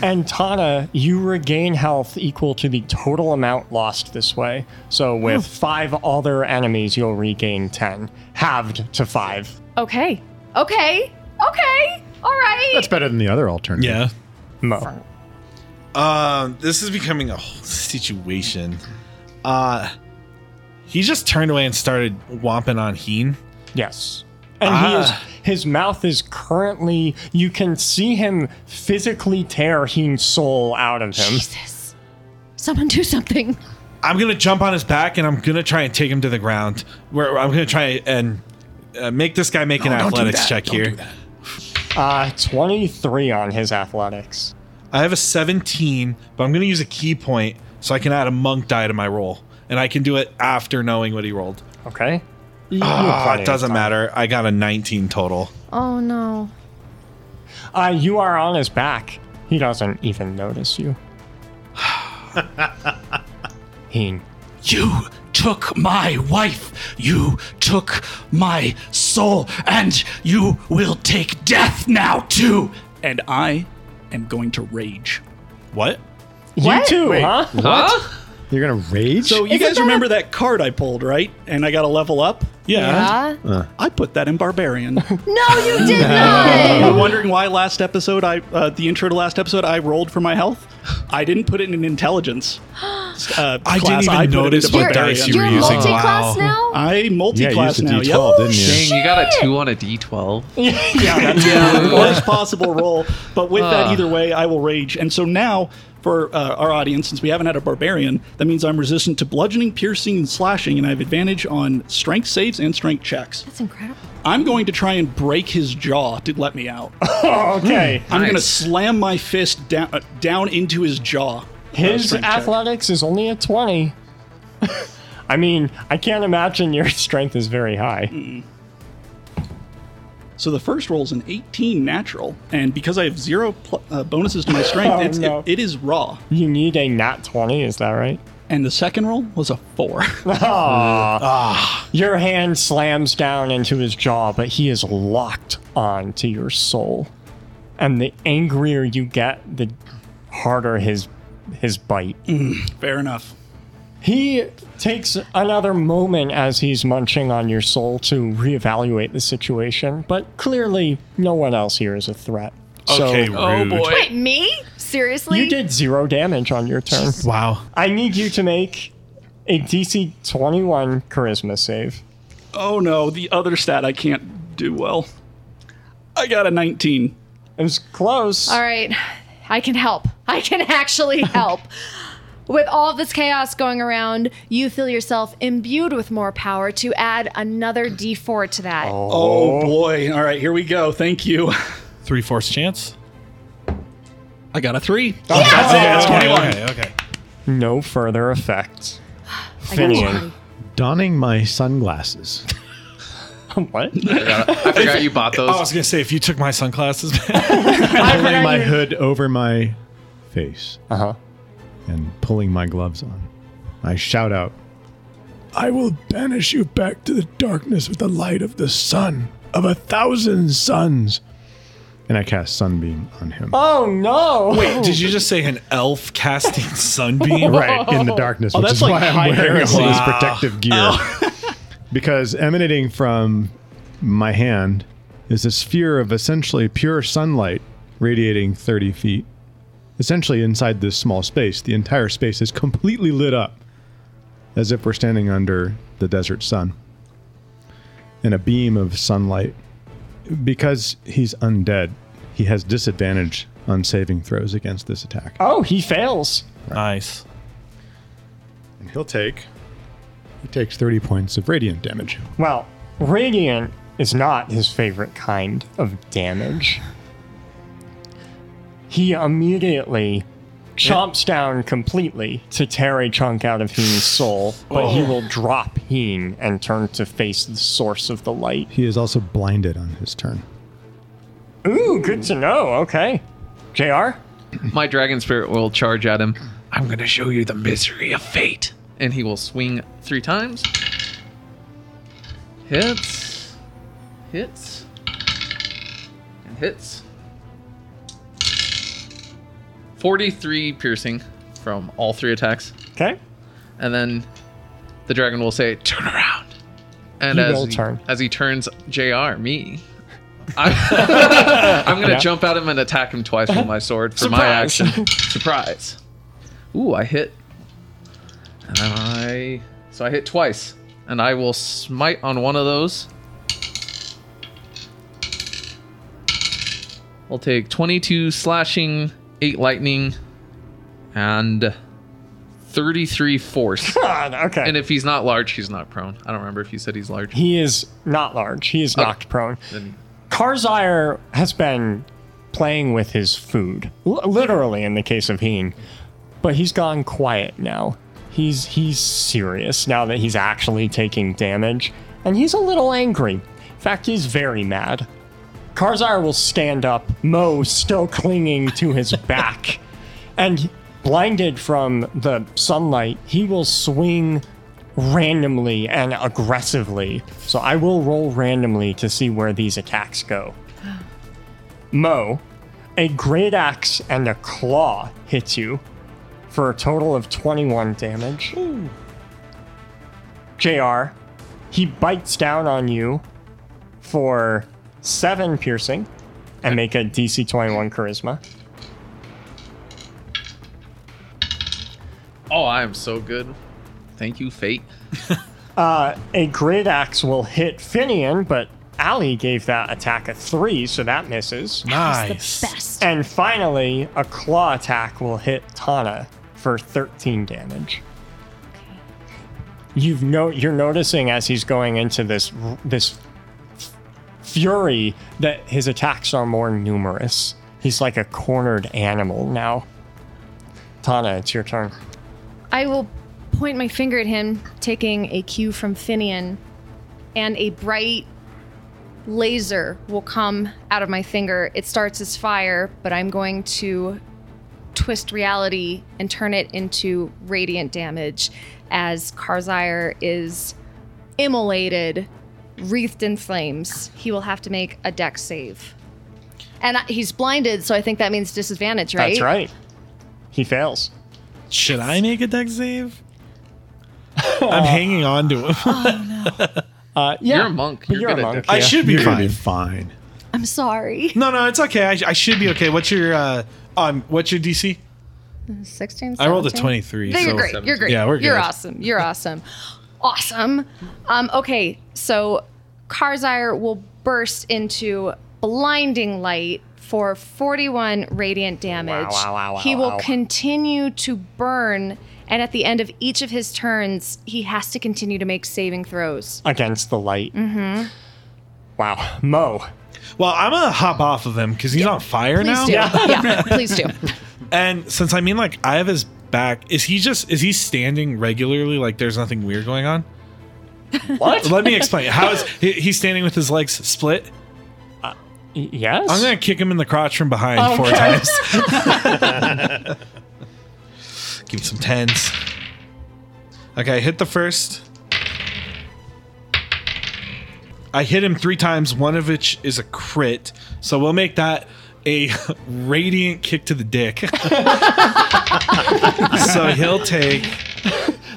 Speaker 1: and Tana, you regain health equal to the total amount lost this way. So with five other enemies, you'll regain ten, halved to five.
Speaker 2: Okay. Okay. Okay. All right.
Speaker 3: That's better than the other alternative.
Speaker 4: Yeah.
Speaker 1: Mo.
Speaker 4: Um, this is becoming a whole situation. Uh, he just turned away and started whomping on Heen.
Speaker 1: Yes. And
Speaker 4: Ah.
Speaker 1: he is his mouth is currently you can see him physically tear Heen's soul out of him.
Speaker 2: Jesus. Someone do something.
Speaker 4: I'm gonna jump on his back and I'm gonna try and take him to the ground. Where I'm gonna try and uh, make this guy make an athletics check here.
Speaker 1: Uh 23 on his athletics.
Speaker 4: I have a 17, but I'm gonna use a key point so I can add a monk die to my roll, and I can do it after knowing what he rolled.
Speaker 1: Okay.
Speaker 4: Ah,
Speaker 1: plenty
Speaker 4: it
Speaker 1: of
Speaker 4: doesn't
Speaker 1: time.
Speaker 4: matter. I got a 19 total.
Speaker 2: Oh no.
Speaker 1: Uh, you are on his back. He doesn't even notice you. Heen.
Speaker 5: You took my wife. You took my soul. And you will take death now, too. And I am going to rage.
Speaker 4: What? Hmm.
Speaker 2: What?
Speaker 1: You too,
Speaker 3: Wait.
Speaker 1: huh?
Speaker 6: Huh?
Speaker 3: You're gonna rage.
Speaker 5: So, you
Speaker 2: Isn't
Speaker 5: guys
Speaker 2: that a-
Speaker 5: remember that card I pulled, right? And I got a level up?
Speaker 2: Yeah.
Speaker 5: I put that in Barbarian. Uh,
Speaker 2: No, you did not.
Speaker 5: You're wondering why last episode I uh, the intro to last episode I rolled for my health. I didn't put it in intelligence. Uh,
Speaker 4: I didn't
Speaker 5: class,
Speaker 4: even
Speaker 5: put it
Speaker 4: notice
Speaker 5: into
Speaker 4: what
Speaker 5: Barbarian.
Speaker 4: dice you
Speaker 2: You're
Speaker 4: were using.
Speaker 2: multi-class
Speaker 4: Wow.
Speaker 2: now.
Speaker 5: I
Speaker 3: yeah, you
Speaker 5: multi-class
Speaker 3: used a
Speaker 5: now.
Speaker 3: D12,
Speaker 5: Yeah.
Speaker 3: didn't you?
Speaker 6: Dang, you got a two on a d12.
Speaker 5: the worst possible roll. But with that, either way, I will rage. And so now, for uh, our audience, since we haven't had a barbarian, that means I'm resistant to bludgeoning, piercing, and slashing, and I have advantage on strength saves and strength checks.
Speaker 2: That's incredible.
Speaker 5: I'm going to try and break his jaw to let me out.
Speaker 1: Okay.
Speaker 5: I'm going to
Speaker 6: Nice.
Speaker 5: slam my fist down uh, down into his jaw. Uh,
Speaker 1: His
Speaker 5: strength check.
Speaker 1: athletics is only a 20. I mean, I can't imagine your strength is very high.
Speaker 5: So the first roll is an 18 natural, and because I have zero pl- uh, bonuses to my strength,
Speaker 1: Oh,
Speaker 5: it's,
Speaker 1: no.
Speaker 5: it, it is raw.
Speaker 1: You need a nat 20, is that right?
Speaker 5: And the second roll was a four.
Speaker 1: Ah. Your hand slams down into his jaw, but he is locked onto your soul. And the angrier you get, the harder his his bite.
Speaker 5: Fair enough.
Speaker 1: He takes another moment as he's munching on your soul to reevaluate the situation, but clearly no one else here is a threat.
Speaker 4: Okay,
Speaker 1: so
Speaker 5: Oh,
Speaker 4: rude.
Speaker 2: Wait, me? Seriously?
Speaker 1: you did zero damage on your turn.
Speaker 4: Wow.
Speaker 1: I need you to make a DC 21 charisma save.
Speaker 5: Oh no, the other stat I can't do well. I got a 19.
Speaker 1: It was close.
Speaker 2: All right. I can help. I can actually help. With all this chaos going around, you feel yourself imbued with more power to add another d4 to that.
Speaker 5: Oh boy. All right, here we go. Thank you.
Speaker 4: Three fourths chance.
Speaker 5: I got a three.
Speaker 4: That's
Speaker 5: okay,
Speaker 4: Oh, Okay, okay.
Speaker 1: No further effect.
Speaker 2: I got you,
Speaker 1: Finian.
Speaker 2: buddy.
Speaker 3: Donning my sunglasses.
Speaker 1: what?
Speaker 6: I forgot you bought
Speaker 4: I was
Speaker 6: those.
Speaker 4: gonna say if you took my sunglasses, back,
Speaker 3: Pulling my
Speaker 1: you-
Speaker 3: hood over my face
Speaker 1: Uh huh.
Speaker 3: and pulling my gloves on. I shout out, "I will banish you back to the darkness with the light of the sun of a thousand suns." And I cast sunbeam on him.
Speaker 1: Oh no! Wait,
Speaker 4: did you just say an elf casting sunbeam?
Speaker 3: right in the darkness, which
Speaker 5: Oh, that's
Speaker 3: is
Speaker 5: like Oh.
Speaker 3: why
Speaker 5: high
Speaker 3: I'm wearing
Speaker 5: heresy.
Speaker 3: all this
Speaker 4: Wow.
Speaker 3: protective gear. because emanating from my hand is a sphere of essentially pure sunlight radiating 30 feet. Essentially, inside this small space, the entire space is completely lit up as if we're standing under the desert sun in a beam of sunlight. Because he's undead, he has disadvantage on saving throws against this attack.
Speaker 1: oh, he fails.
Speaker 4: Nice.
Speaker 3: And he'll take. He takes 30 points of radiant damage.
Speaker 1: Well, radiant is not his favorite kind of damage. He immediately chomps down completely to tear a chunk out of Heen's soul, but he will drop Heen and turn to face the source of the light.
Speaker 3: He is also blinded on his turn.
Speaker 1: Ooh, good to know. Okay. JR?
Speaker 6: My dragon spirit will charge at him. I'm going to show you the misery of fate. And he will swing three times. Hits. Hits. And hits. 43 piercing from all three attacks.
Speaker 1: Okay.
Speaker 6: And then the dragon will say, "Turn around." And
Speaker 1: He
Speaker 6: as
Speaker 1: will
Speaker 6: he,
Speaker 1: turn.
Speaker 6: as he turns, Jr. Me, I, I'm gonna
Speaker 1: Yeah.
Speaker 6: jump at him and attack him twice with my sword for my
Speaker 1: Surprise.
Speaker 6: action. Surprise! Ooh, I hit. And I so I hit twice, and I will smite on one of those. I'll take 22 slashing, 8 lightning, and 33 force.
Speaker 1: God, okay.
Speaker 6: And if he's not large, he's not prone. I don't remember if you said he's large.
Speaker 1: he is not large. He is knocked prone.
Speaker 6: Then-
Speaker 1: Karzire has been playing with his food, l- literally in the case of Heen, but he's gone quiet now. He's he's serious now that he's actually taking damage, and he's a little angry. In fact, he's very mad. Karzire will stand up, Mo still clinging to his back, and blinded from the sunlight, he will swing randomly and aggressively. So I will roll randomly to see where these attacks go. Mo, a great axe and a claw hits you for a total of 21 damage. JR, he bites down on you for 7 piercing and make a DC 21 charisma.
Speaker 6: oh, I am so good. Thank you, fate.
Speaker 1: A great axe will hit Finian, but Ali gave that attack a 3, so that misses.
Speaker 4: Nice.
Speaker 2: Best.
Speaker 1: And finally, a claw attack will hit Tana for 13 damage. You've no, you're noticing as he's going into this this fury that his attacks are more numerous. He's like a cornered animal now. Tana, it's your turn.
Speaker 2: I will point my finger at him, taking a cue from Finian, and a bright laser will come out of my finger. It starts as fire, but I'm going to twist reality and turn it into radiant damage as Karzire is immolated, wreathed in flames. He will have to make a deck save. And I- he's blinded, so I think that means disadvantage, right?
Speaker 1: That's right. He fails.
Speaker 4: Should I make a deck save? I'm hanging on to him.
Speaker 1: Uh, yeah,
Speaker 6: You're a monk.
Speaker 1: but You're,
Speaker 6: You're good
Speaker 1: a
Speaker 6: at
Speaker 1: monk.
Speaker 6: dex.
Speaker 4: I
Speaker 1: yeah.
Speaker 4: should be
Speaker 3: You're gonna
Speaker 4: fine.
Speaker 3: be fine.
Speaker 2: I'm sorry.
Speaker 4: No, no, it's okay. I, sh- I should be okay. What's your uh um what's your DC?
Speaker 2: 16,
Speaker 4: I rolled a
Speaker 2: 17?
Speaker 4: 23.
Speaker 2: No, you're
Speaker 4: so-
Speaker 2: great. You're great.
Speaker 4: Yeah, we're
Speaker 2: You're
Speaker 4: good.
Speaker 2: awesome. You're awesome. awesome. Um, okay, so Karzire will burst into blinding light for 41 radiant damage.
Speaker 1: Wow, wow, wow, wow,
Speaker 2: he will
Speaker 1: wow.
Speaker 2: continue to burn, and at the end of each of his turns, he has to continue to make saving throws.
Speaker 1: against the light. Mm-hmm. Wow, Mo.
Speaker 4: Well, I'm gonna hop off of him because he's on fire
Speaker 2: Please
Speaker 4: now.
Speaker 2: do. yeah, please do.
Speaker 4: And since I mean like I have his back, is he just is he standing regularly like there's nothing weird going on?
Speaker 1: What?
Speaker 4: Let me explain. How is he, he's standing with his legs split?
Speaker 1: yes.
Speaker 4: I'm gonna kick him in the crotch from behind four
Speaker 1: Okay.
Speaker 4: times. Give me some tens. Okay, I hit the first. I hit him three times, one of which is a crit. So we'll make that a radiant kick to the dick. so he'll take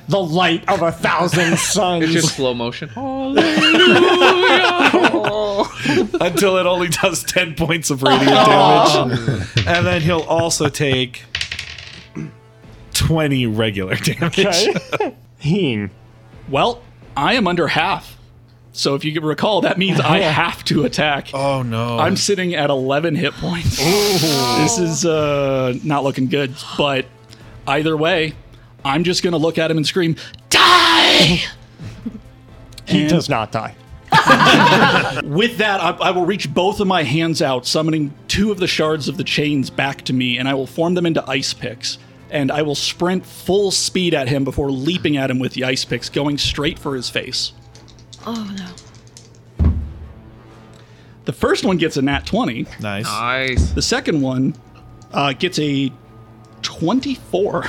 Speaker 1: the light of a thousand suns.
Speaker 6: It's just slow motion.
Speaker 4: until it only does 10 points of radiant
Speaker 2: Oh.
Speaker 4: damage. and then he'll also take 20 regular damage.
Speaker 1: Okay. Heen.
Speaker 5: Well, I am under half. So if you can recall, that means I have to attack.
Speaker 4: Oh no.
Speaker 5: I'm sitting at 11 hit points. This is uh, not looking good. But either way, I'm just going to look at him and scream, Die!
Speaker 1: He
Speaker 5: And-
Speaker 1: does not die.
Speaker 5: With that, I, I will reach both of my hands out, summoning two of the shards of the chains back to me, and I will form them into ice picks. And I will sprint full speed at him before leaping at him with the ice picks, going straight for his face.
Speaker 2: Oh, no.
Speaker 5: The first one gets a nat 20.
Speaker 4: nice.
Speaker 6: Nice.
Speaker 5: The second one uh, gets a 24.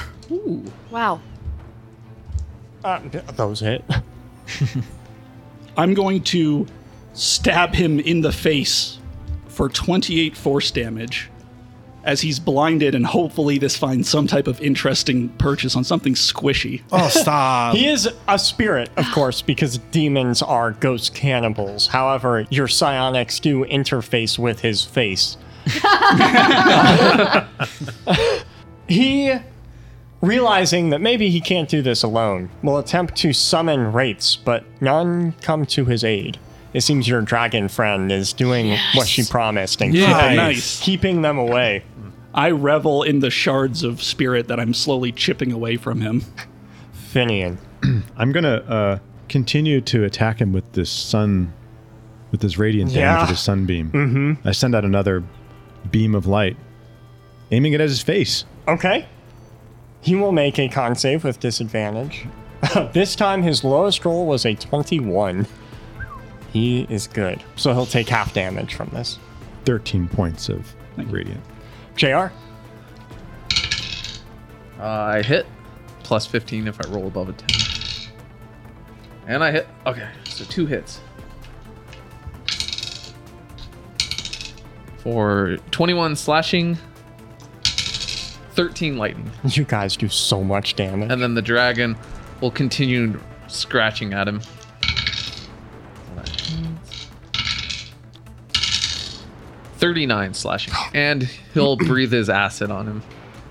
Speaker 2: Wow.
Speaker 1: Uh, those hit.
Speaker 5: I'm going to stab him in the face for 28 force damage as he's blinded, and hopefully this finds some type of interesting purchase on something squishy.
Speaker 4: Oh, stop.
Speaker 1: He is a spirit, of course, because demons are ghost cannibals. However, your psionics do interface with his face. he, realizing that maybe he can't do this alone, will attempt to summon wraiths, but none come to his aid. It seems your dragon friend is doing what she promised and
Speaker 4: Yeah,
Speaker 1: keeping,
Speaker 5: nice.
Speaker 1: keeping them away.
Speaker 5: I revel in the shards of spirit that I'm slowly chipping away from him.
Speaker 1: Finian.
Speaker 3: I'm gonna uh, continue to attack him with this sun, with this radiant
Speaker 1: Yeah.
Speaker 3: damage with the sunbeam. Mm-hmm. I send out another beam of light, aiming it at his face.
Speaker 1: Okay. He will make a con save with disadvantage. this time his lowest roll was a 21. He is good. So he'll take half damage from this.
Speaker 3: Thirteen points of radiant.
Speaker 1: JR?
Speaker 6: Uh, I hit plus 15 if I roll above a 10. And I hit. Okay, so two hits. For 21 slashing, 13 lightning.
Speaker 1: You guys do so much damage.
Speaker 6: And then the dragon will continue scratching at him. Thirty-nine slashing, and he'll breathe his acid on him.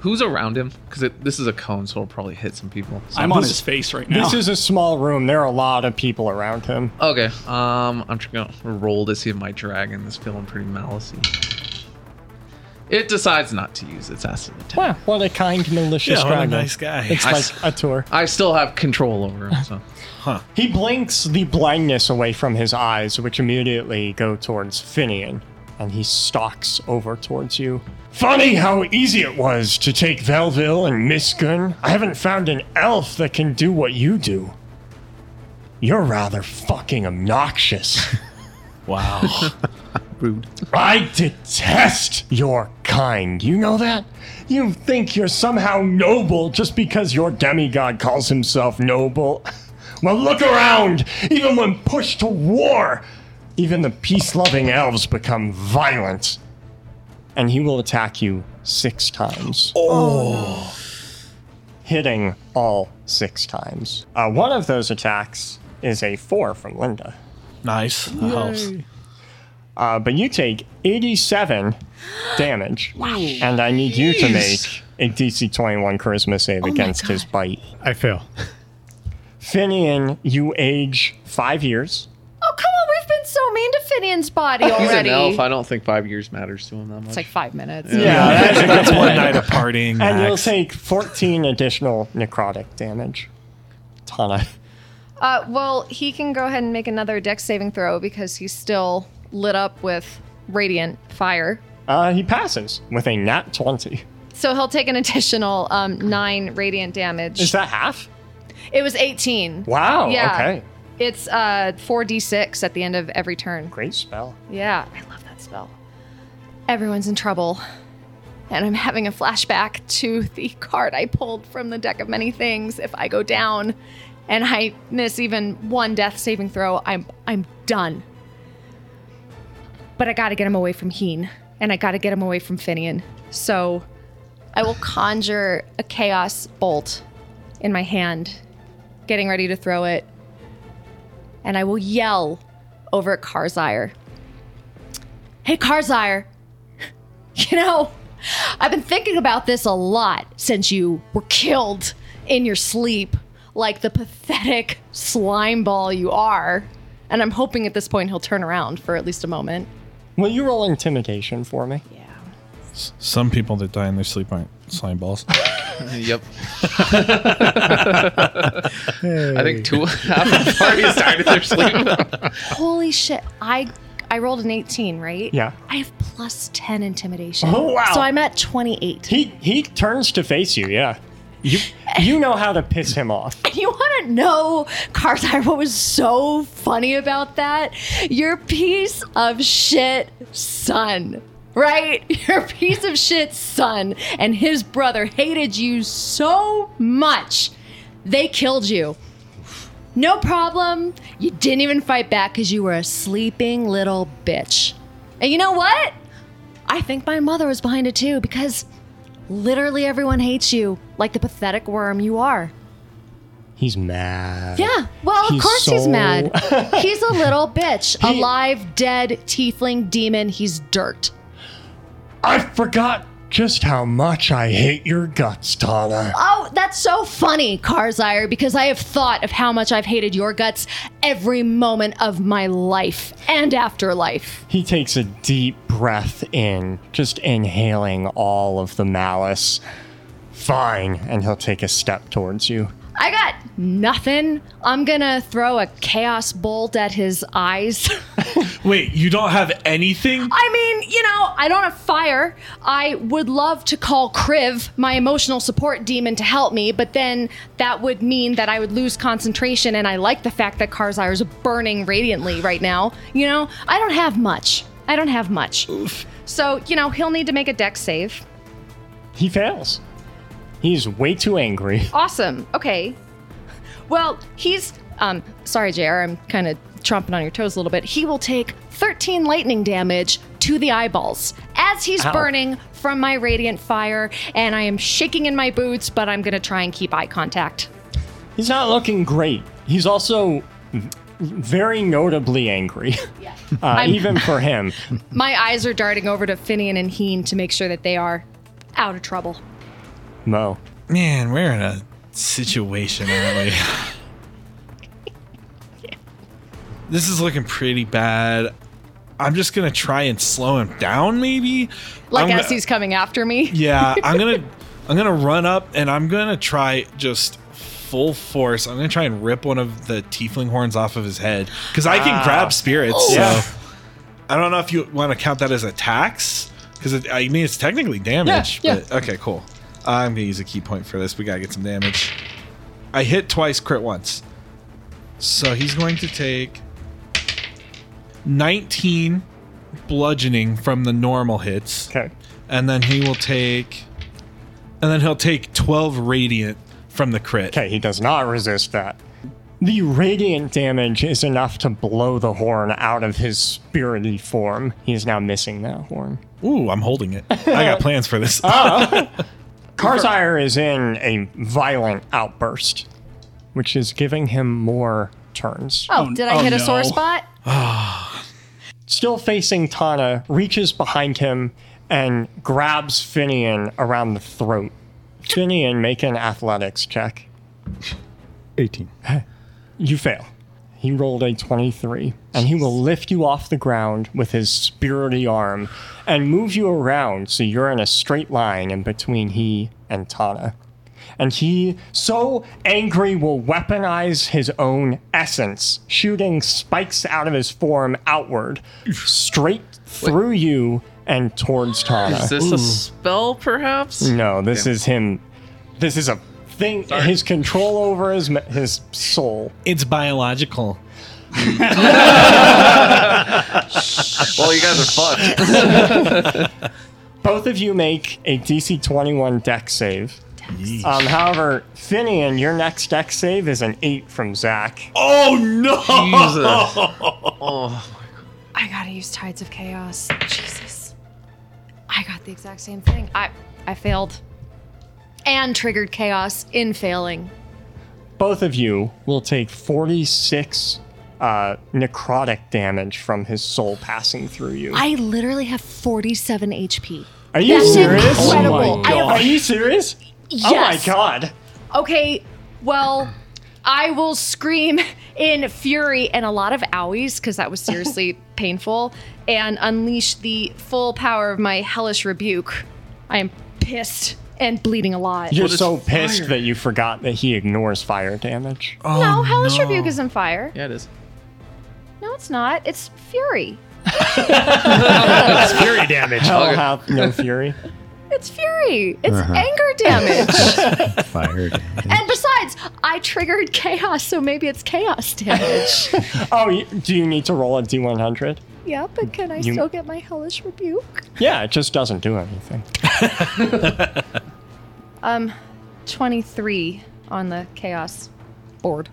Speaker 6: Who's around him? Because this is a cone, so it'll probably hit some people. So-
Speaker 5: I'm on his face right now.
Speaker 1: This is a small room. There are a lot of people around him.
Speaker 6: okay. Um, I'm just gonna roll to see if my dragon is feeling pretty malicey. It decides not to use its acid attack.
Speaker 1: Wow, what a kind, malicious
Speaker 4: Yeah, what a
Speaker 1: dragon.
Speaker 4: nice guy.
Speaker 1: It's
Speaker 6: I
Speaker 1: like
Speaker 6: s-
Speaker 1: a tour.
Speaker 6: I still have control over him, so
Speaker 1: He blinks the blindness away from his eyes, which immediately go towards Finian, and he stalks over towards you. Funny how easy it was to take Velville and Misgun. I haven't found an elf that can do what you do. You're rather fucking obnoxious.
Speaker 4: Wow.
Speaker 1: I detest your kind. You know that? You think you're somehow noble just because your demigod calls himself noble. Well, look around. Even when pushed to war, even the peace loving elves become violent. And he will attack you six times. Oh. Hitting all six times. Uh, one of those attacks is a four from Linda.
Speaker 4: nice. That helps.
Speaker 1: Uh, but you take 87 damage. And I need you to make a DC 21 charisma save against his bite.
Speaker 3: I fail.
Speaker 1: Finian, you age five years.
Speaker 2: Oh, come on. We've been so mean to Finian's body
Speaker 6: he's
Speaker 2: already.
Speaker 6: an elf. I don't think five years matters to him that much.
Speaker 2: it's like five minutes.
Speaker 1: Yeah.
Speaker 4: That's one night of partying.
Speaker 1: and you'll
Speaker 4: Max.
Speaker 1: take 14 additional necrotic damage. Tana.
Speaker 2: Uh, well, he can go ahead and make another dex saving throw because he's still lit up with radiant fire.
Speaker 1: Uh, he passes with a nat 20.
Speaker 2: So he'll take an additional um, nine radiant damage.
Speaker 1: Is that half?
Speaker 2: it was 18.
Speaker 1: Wow.
Speaker 2: Yeah.
Speaker 1: Okay.
Speaker 2: It's uh, 4d6 at the end of every turn.
Speaker 1: Great spell.
Speaker 2: Yeah, I love that spell. Everyone's in trouble. And I'm having a flashback to the card I pulled from the deck of many things. If I go down and I miss even one death saving throw, I'm I'm done. But I gotta get him away from Heen. And I gotta get him away from Finian. So I will conjure a chaos bolt in my hand, getting ready to throw it. And I will yell over at Karzire. Hey, Karzire, you know, I've been thinking about this a lot since you were killed in your sleep, like the pathetic slime ball you are. And I'm hoping at this point he'll turn around for at least a moment.
Speaker 1: Will you roll intimidation for me?
Speaker 4: Some people that die in their sleep aren't slime balls.
Speaker 6: Yep. I think two half of the party died in their sleep.
Speaker 2: Holy shit, I I rolled an 18, right?
Speaker 1: Yeah.
Speaker 2: I have plus 10 intimidation.
Speaker 1: Oh, wow.
Speaker 2: So I'm at 28.
Speaker 1: He he turns to face you, yeah. You you know how to piss him off.
Speaker 2: You want to know, Karzai, what was so funny about that? Your piece of shit son, right? Your piece of shit son and his brother hated you so much, they killed you. No problem. You didn't even fight back because you were a sleeping little bitch. And you know what? I think my mother was behind it too because literally everyone hates you like the pathetic worm you are.
Speaker 1: He's mad.
Speaker 2: Yeah. Well, of
Speaker 1: He's
Speaker 2: course he's
Speaker 1: so-
Speaker 2: mad. He's a little bitch.
Speaker 1: He-
Speaker 2: Alive, dead, tiefling, demon. He's dirt.
Speaker 1: I forgot just how much I hate your guts, Tana.
Speaker 2: Oh, that's so funny, Karzire, because I have thought of how much I've hated your guts every moment of my life and afterlife.
Speaker 1: He takes a deep breath in, just inhaling all of the malice. Fine. And he'll take a step towards you.
Speaker 2: I got nothing. I'm gonna throw a chaos bolt at his eyes.
Speaker 4: Wait, you don't have anything?
Speaker 2: I mean, you know, I don't have fire. I would love to call Kriv, my emotional support demon, to help me, but then that would mean that I would lose concentration, and I like the fact that Karzire is burning radiantly right now. You know, I don't have much. I don't have much. So, you know, he'll need to make a deck save.
Speaker 1: He fails. He's way too angry.
Speaker 2: Awesome. Okay. Well, he's um sorry, JR, I'm kind of tromping on your toes a little bit. He will take 13 lightning damage to the eyeballs as he's
Speaker 1: Ow.
Speaker 2: burning from my radiant fire, and I am shaking in my boots, but I'm gonna try and keep eye contact.
Speaker 1: He's not looking great. He's also v- very notably angry, uh, even for him.
Speaker 2: My eyes are darting over to Finian and Heen to make sure that they are out of trouble.
Speaker 1: Mo.
Speaker 4: Man, we're in a situation, aren't we? this is looking pretty bad. I'm just gonna try and slow him down, maybe.
Speaker 2: Like
Speaker 4: I'm
Speaker 2: as
Speaker 4: go-
Speaker 2: he's coming after me.
Speaker 4: Yeah, I'm gonna I'm gonna run up and I'm gonna try just full force. I'm gonna try and rip one of the tiefling horns off of his head because I can grab spirits.
Speaker 1: Ah. Yeah.
Speaker 4: So I don't know if you want to count that as attacks because I mean it's technically damage.
Speaker 1: Yeah, yeah.
Speaker 4: But, okay, cool. I'm gonna use a key point for this. We gotta get some damage. I hit twice, crit once. So he's going to take 19 bludgeoning from the normal hits
Speaker 1: Okay.
Speaker 4: and then he will take and then he'll take 12 radiant from the crit
Speaker 1: Okay, he does not resist that. The radiant damage is enough to blow the horn out of his spirity form. He is now missing that horn.
Speaker 4: ooh i'm holding it i got plans for this
Speaker 1: Ah. Karzire is in a violent outburst, which is giving him more turns.
Speaker 2: Oh, did I
Speaker 5: oh
Speaker 2: hit a
Speaker 5: no.
Speaker 2: sore spot?
Speaker 1: still facing Tana, reaches behind him and grabs Finian around the throat. Finian, make an athletics check.
Speaker 3: 18.
Speaker 1: You fail. He rolled a 23, and he will lift you off the ground with his spirity arm and move you around so you're in a straight line in between he and Tana. And he, so angry, will weaponize his own essence, shooting spikes out of his form outward, straight through you and towards Tana.
Speaker 6: Is this a spell, perhaps?
Speaker 1: No, this is him. This is a thing. His control over his me- his soul.
Speaker 4: it's biological
Speaker 6: Well, you guys are fucked.
Speaker 1: Both of you make a DC 21 deck save. Um, however, Finian, your next deck save is an 8 from Zach.
Speaker 6: Jesus.
Speaker 2: I gotta use Tides of Chaos. Jesus. I got the exact same thing. I I failed. And triggered chaos in failing.
Speaker 1: Both of you will take 46 uh, necrotic damage from his soul passing through you.
Speaker 2: I literally have 47 HP.
Speaker 1: Are you
Speaker 2: That's
Speaker 1: serious?
Speaker 6: Oh
Speaker 2: incredible. I have-
Speaker 1: Are you serious? Oh my
Speaker 2: Yes.
Speaker 1: god.
Speaker 2: Okay, well, I will scream in fury and a lot of owies because that was seriously painful and unleash the full power of my hellish rebuke. I am pissed and bleeding a lot.
Speaker 1: You're
Speaker 6: What is
Speaker 1: so pissed
Speaker 6: fire? Oh,
Speaker 1: that you forgot that he ignores fire damage.
Speaker 2: no, hellish rebuke isn't fire.
Speaker 6: Yeah, it is.
Speaker 2: No, it's not. It's fury.
Speaker 3: Fury damage.
Speaker 1: Hell
Speaker 6: Okay.
Speaker 1: have no fury.
Speaker 2: It's fury. It's
Speaker 5: Uh-huh.
Speaker 2: anger damage.
Speaker 3: Fire damage.
Speaker 2: and besides, I triggered chaos, so maybe it's chaos damage.
Speaker 1: Oh, y- do you need to roll a d100?
Speaker 2: yeah, but can I
Speaker 1: You-
Speaker 2: still get my hellish rebuke?
Speaker 1: Yeah, it just doesn't do anything.
Speaker 2: 23 on the chaos board.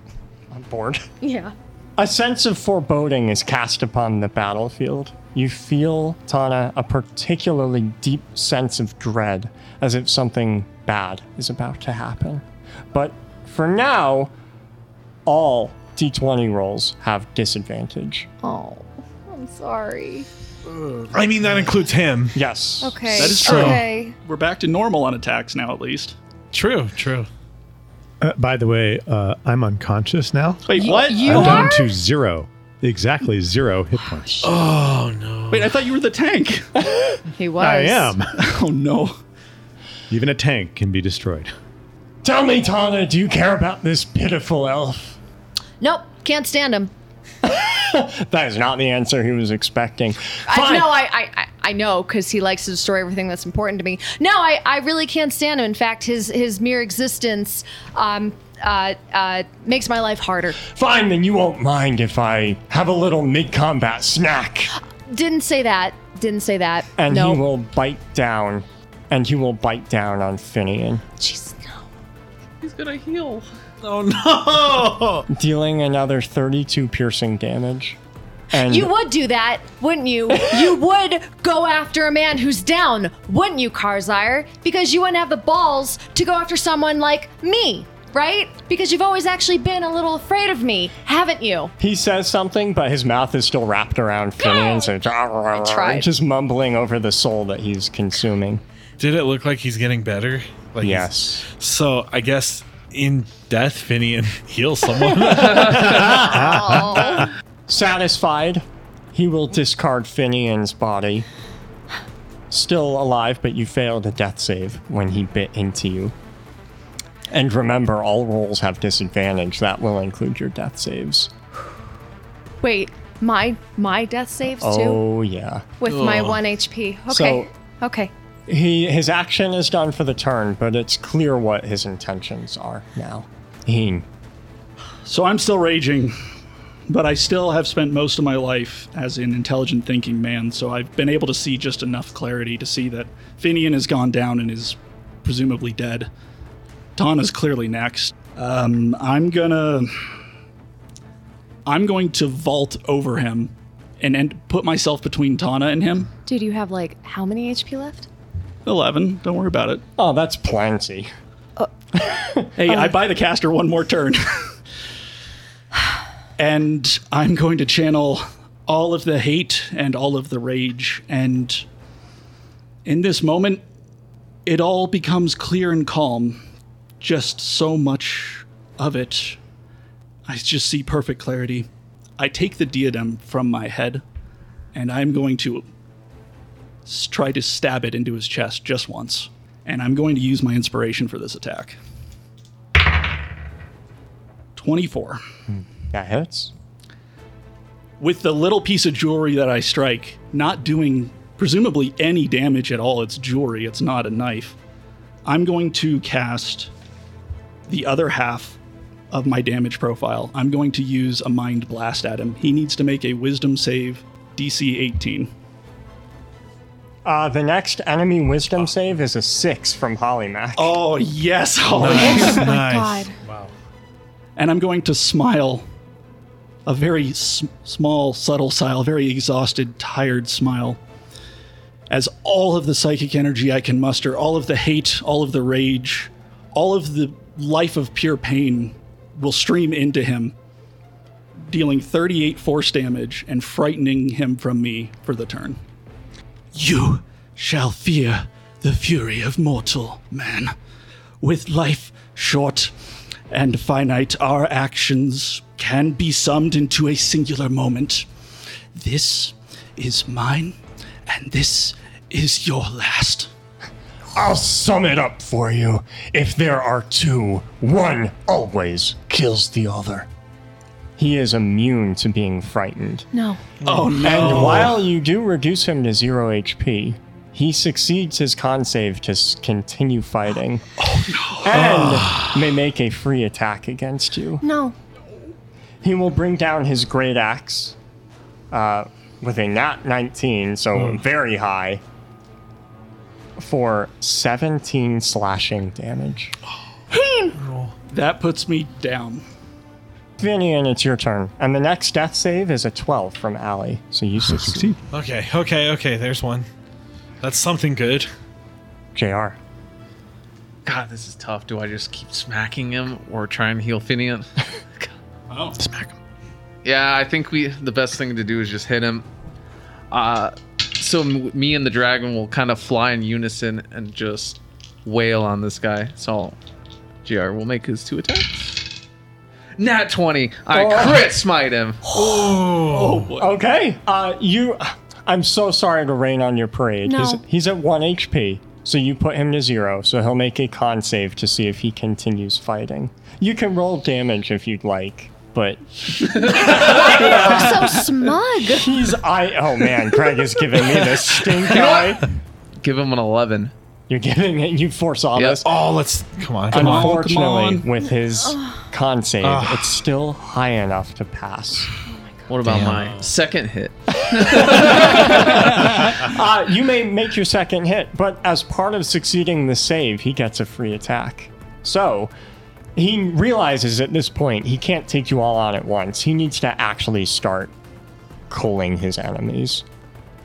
Speaker 1: I'm bored.
Speaker 2: Yeah.
Speaker 1: A sense of foreboding is cast upon the battlefield. You feel, Tana, a particularly deep sense of dread, as if something bad is about to happen. But for now, all d20 rolls have disadvantage.
Speaker 2: Oh, I'm sorry.
Speaker 4: I mean, that includes him.
Speaker 1: Yes.
Speaker 2: Okay.
Speaker 5: That is true.
Speaker 2: Okay.
Speaker 5: We're back to normal on attacks now, at least.
Speaker 4: True, true.
Speaker 3: Uh, by the way, uh, I'm unconscious now.
Speaker 5: Wait, what?
Speaker 2: You
Speaker 3: I'm
Speaker 2: are?
Speaker 3: down to zero. Exactly zero hit points.
Speaker 5: Wait, I thought you were the tank.
Speaker 2: He was.
Speaker 3: I am.
Speaker 5: oh no.
Speaker 3: Even a tank can be destroyed.
Speaker 1: Tell me, Tana, do you care about this pitiful elf?
Speaker 2: Nope. Can't stand him.
Speaker 1: That is not the answer he was expecting.
Speaker 2: I,
Speaker 1: Fine.
Speaker 2: no, I, I, I- I know because he likes to destroy everything that's important to me. No, I, I really can't stand him. In fact, his his mere existence um, uh, uh, makes my life harder.
Speaker 1: Fine, then you won't mind if I have a little mid combat snack.
Speaker 2: Didn't say that. Didn't say that.
Speaker 1: And
Speaker 2: no.
Speaker 1: he will bite down. And he will bite down on Finian,
Speaker 2: Jeez, no.
Speaker 6: He's gonna heal.
Speaker 4: Oh no!
Speaker 1: dealing another 32 piercing damage. And
Speaker 2: You would do that, wouldn't you? you would go after a man who's down, wouldn't you, Karzire? Because you wouldn't have the balls to go after someone like me, right? Because you've always actually been a little afraid of me, haven't you?
Speaker 1: he says something, but his mouth is still wrapped around Finian, so it's
Speaker 2: tried.
Speaker 1: just mumbling over the soul that he's consuming.
Speaker 4: Did it look like he's getting better? Like he's-
Speaker 1: Yes.
Speaker 4: So I guess in death, Finian heals someone.
Speaker 2: Oh.
Speaker 1: Satisfied, he will discard Finian's body. Still alive, but you failed a death save when he bit into you. And remember, all rolls have disadvantage. That will include your death saves.
Speaker 2: Wait, my my death saves too
Speaker 1: Oh, yeah.
Speaker 2: with my one HP. Okay. okay.
Speaker 1: He, his action is done for the turn, but it's clear what his intentions are now. Heen.
Speaker 5: So I'm still raging, but I still have spent most of my life as an intelligent thinking man, so I've been able to see just enough clarity to see that Finian has gone down and is presumably dead. Tana's clearly next. Um, I'm gonna. I'm going to vault over him and, and put myself between Tana and him.
Speaker 2: Dude, you have like how many HP left?
Speaker 5: 11, don't worry about it.
Speaker 1: Oh, that's plenty.
Speaker 5: Hey, I buy the caster one more turn. and I'm going to channel all of the hate and all of the rage. And in this moment, it all becomes clear and calm. Just so much of it. I just see perfect clarity. I take the diadem from my head, and I'm going to s- try to stab it into his chest just once. And I'm going to use my inspiration for this attack. 24.
Speaker 1: That hits.
Speaker 5: With the little piece of jewelry that I strike, not doing presumably any damage at all, it's jewelry, it's not a knife. I'm going to cast the other half of my damage profile. I'm going to use a mind blast at him. He needs to make a wisdom save, DC 18.
Speaker 1: Uh, the next enemy wisdom save is a six from Hollymack.
Speaker 5: Oh, yes, Holly.
Speaker 4: nice.
Speaker 2: Oh God.
Speaker 5: and I'm going to smile a very s- small, subtle smile, a very exhausted, tired smile. As all of the psychic energy I can muster, all of the hate, all of the rage, all of the life of pure pain will stream into him, dealing 38 force damage and frightening him from me for the turn. You shall fear the fury of mortal man. With life short and finite, our actions can be summed into a singular moment. This is mine, and this is your last.
Speaker 7: I'll sum it up for you. If there are two, one always kills the other.
Speaker 1: He is immune to being frightened.
Speaker 2: No.
Speaker 5: Oh
Speaker 1: And
Speaker 5: no!
Speaker 1: while you do reduce him to zero HP, he succeeds his con save to s- continue fighting. And may make a free attack against you.
Speaker 2: No.
Speaker 1: He will bring down his great axe uh, with a nat 19, so very high, for 17 slashing damage.
Speaker 5: That puts me down.
Speaker 1: Finian, it's your turn. And the next death save is a 12 from Allie. So you succeed.
Speaker 4: Okay, okay, okay. There's one. That's something good.
Speaker 1: JR.
Speaker 6: God, this is tough. Do I just keep smacking him or try and heal Finian?
Speaker 5: Oh,
Speaker 4: Smack him.
Speaker 6: yeah, I think we the best thing to do is just hit him. Uh, so m- me and the dragon will kind of fly in unison and just wail on this guy. So Gr will make his two attacks. Nat twenty. I crit smite him.
Speaker 1: Okay. Uh, you. I'm so sorry to rain on your parade.
Speaker 2: No.
Speaker 1: He's, he's at 1 HP. So you put him to zero. So he'll make a con save to see if he continues fighting. You can roll damage if you'd like. But
Speaker 2: so smug.
Speaker 1: he's I. Oh man, Greg is giving me the stink eye.
Speaker 6: Give him an eleven.
Speaker 1: You're giving it. You force all
Speaker 6: Yep.
Speaker 1: this.
Speaker 4: Oh, let's come on. Come on.
Speaker 1: Unfortunately,
Speaker 5: on, come
Speaker 1: with his con save, it's still high enough to pass.
Speaker 6: What about my second hit?
Speaker 1: Uh, you may make your second hit, but as part of succeeding the save, he gets a free attack. So he realizes at this point he can't take you all on at once. He needs to actually start culling his enemies.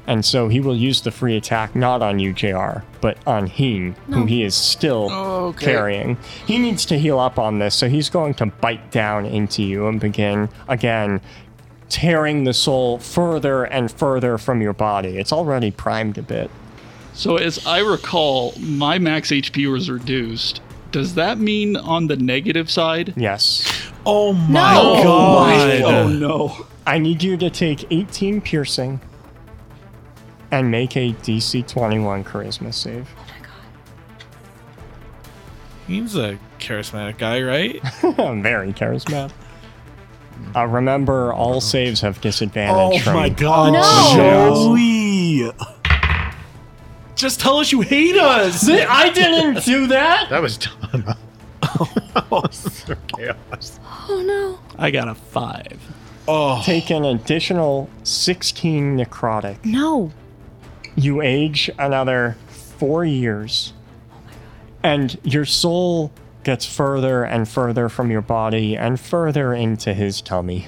Speaker 1: And so he will use the free attack not on you, JR, but on Heen, whom he is still carrying. He needs to heal up on this, so he's going to bite down into you and begin again tearing the soul further and further from your body. It's already primed a bit.
Speaker 5: So, as I recall, my max HP was reduced. Does that mean on the negative side?
Speaker 1: Yes.
Speaker 4: Oh my
Speaker 2: No.
Speaker 4: god.
Speaker 5: Oh no!
Speaker 1: I need you to take 18 piercing and make a DC 21 charisma save.
Speaker 4: He's a charismatic guy, right?
Speaker 1: I'm very charismatic. Uh, remember, all saves have disadvantage from
Speaker 4: Oh god.
Speaker 2: No.
Speaker 4: Joey. Just tell us you hate us.
Speaker 1: I didn't do that.
Speaker 3: That was Donna. Oh, chaos.
Speaker 2: Oh no.
Speaker 5: I got a five.
Speaker 4: Oh.
Speaker 1: Take an additional 16 necrotic.
Speaker 2: No.
Speaker 1: you age another four years and your soul gets further and further from your body and further into his tummy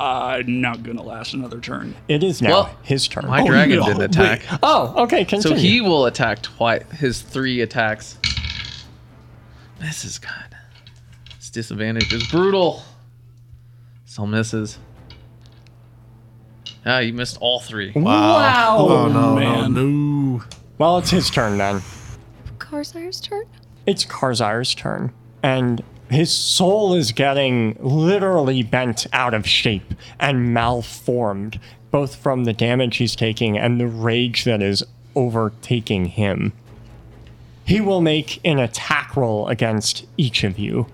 Speaker 5: I'm not gonna last another turn.
Speaker 1: it is now
Speaker 6: Well,
Speaker 1: his turn
Speaker 6: My
Speaker 1: oh,
Speaker 6: dragon
Speaker 5: no.
Speaker 6: didn't attack.
Speaker 1: oh, okay
Speaker 6: So
Speaker 1: continue.
Speaker 6: he will attack twice. His three attacks. Misses, God. His disadvantage is brutal. Still misses. Ah, you missed all three.
Speaker 1: wow
Speaker 4: Oh, no,
Speaker 5: man.
Speaker 4: no.
Speaker 1: well it's his turn then
Speaker 2: Carzire's turn?
Speaker 1: it's Karzire's turn, and his soul is getting literally bent out of shape and malformed, both from the damage he's taking and the rage that is overtaking him. He will make an attack roll against each of you.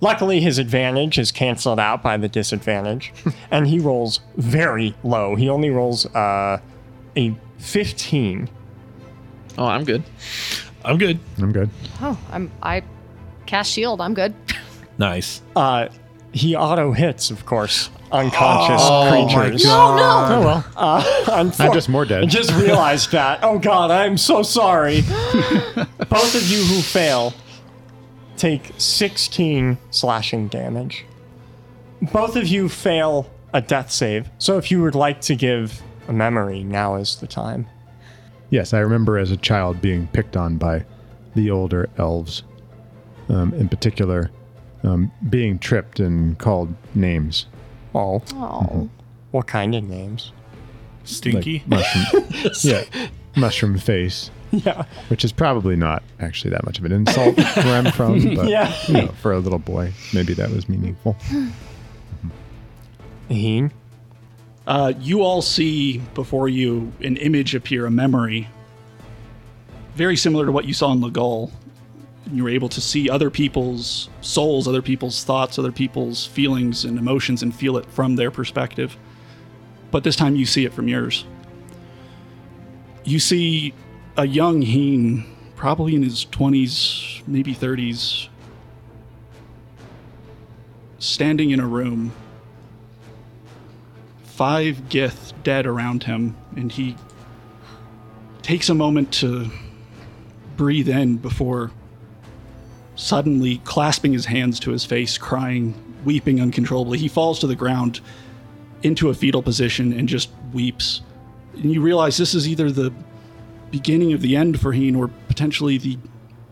Speaker 1: Luckily, his advantage is canceled out by the disadvantage, and he rolls very low. He only rolls uh, a 15.
Speaker 6: Oh, I'm good.
Speaker 4: I'm good.
Speaker 3: I'm good.
Speaker 2: Oh, I'm I cast shield. I'm good.
Speaker 4: Nice.
Speaker 1: Uh, he auto hits, of course, unconscious creatures.
Speaker 2: Oh no.
Speaker 1: well. Uh,
Speaker 3: I'm
Speaker 1: unfor-
Speaker 3: just more
Speaker 1: I
Speaker 3: dead.
Speaker 1: just realized that. Oh God, I'm so sorry. Both of you who fail take 16 slashing damage. Both of you fail a death save. So if you would like to give a memory, now is the time.
Speaker 3: Yes, I remember as a child being picked on by the older elves, um, in particular, um, being tripped and called names.
Speaker 1: Oh,
Speaker 2: Oh.
Speaker 1: what kind of names?
Speaker 3: like
Speaker 4: Stinky.
Speaker 3: mushroom, yeah, mushroom face,
Speaker 1: Yeah.
Speaker 3: which is probably not actually that much of an insult where I'm from, but
Speaker 1: Yeah.
Speaker 3: you know, for a little boy, maybe that was meaningful.
Speaker 1: Heen?
Speaker 5: Uh, you all see before you an image appear, a memory, very similar to what you saw in Legal. You were able to see other people's souls, other people's thoughts, other people's feelings and emotions, and feel it from their perspective. But this time, you see it from yours. You see a young Heen, probably in his twenties, maybe thirties, standing in a room five Gith dead around him, and he takes a moment to breathe in before suddenly clasping his hands to his face, crying, weeping uncontrollably. He falls to the ground into a fetal position and just weeps. And you realize this is either the beginning of the end for Heen or potentially the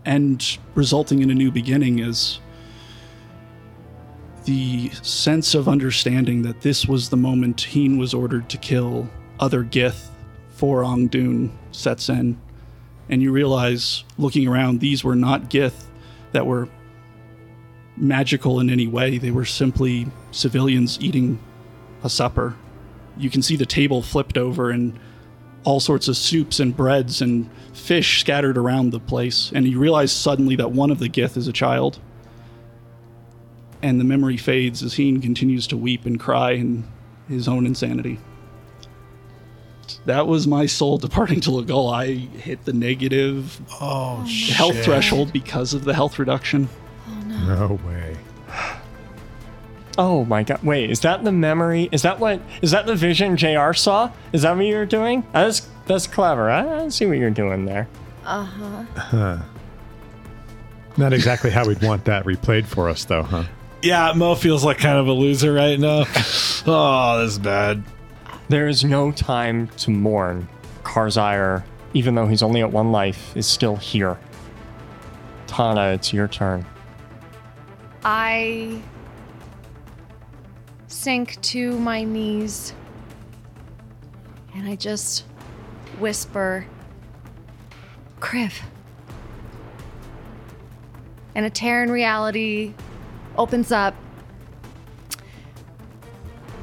Speaker 5: end resulting in a new beginning as the sense of understanding that this was the moment Heen was ordered to kill other Gith for Ongdun sets in. And you realize, looking around, these were not Gith that were magical in any way. They were simply civilians eating a supper. You can see the table flipped over and all sorts of soups and breads and fish scattered around the place. And you realize suddenly that one of the Gith is a child. And the memory fades as Heen continues to weep and cry in his own insanity. That was my soul departing to Lagol. I hit the negative health threshold because of the health reduction.
Speaker 3: No way.
Speaker 1: Oh my god. Wait, is that the memory? Is that what is that the vision JR saw? Is that what you were doing? That's that's clever. I, I see what you're doing there.
Speaker 3: Not exactly how we'd want that replayed for us, though, huh?
Speaker 4: Yeah, Mo feels like kind of a loser right now. oh, this is bad.
Speaker 1: There is no time to mourn. Karzire, even though he's only at one life, is still here. Tana, it's your turn.
Speaker 2: I sink to my knees and I just whisper, Criv. And a tear in reality opens up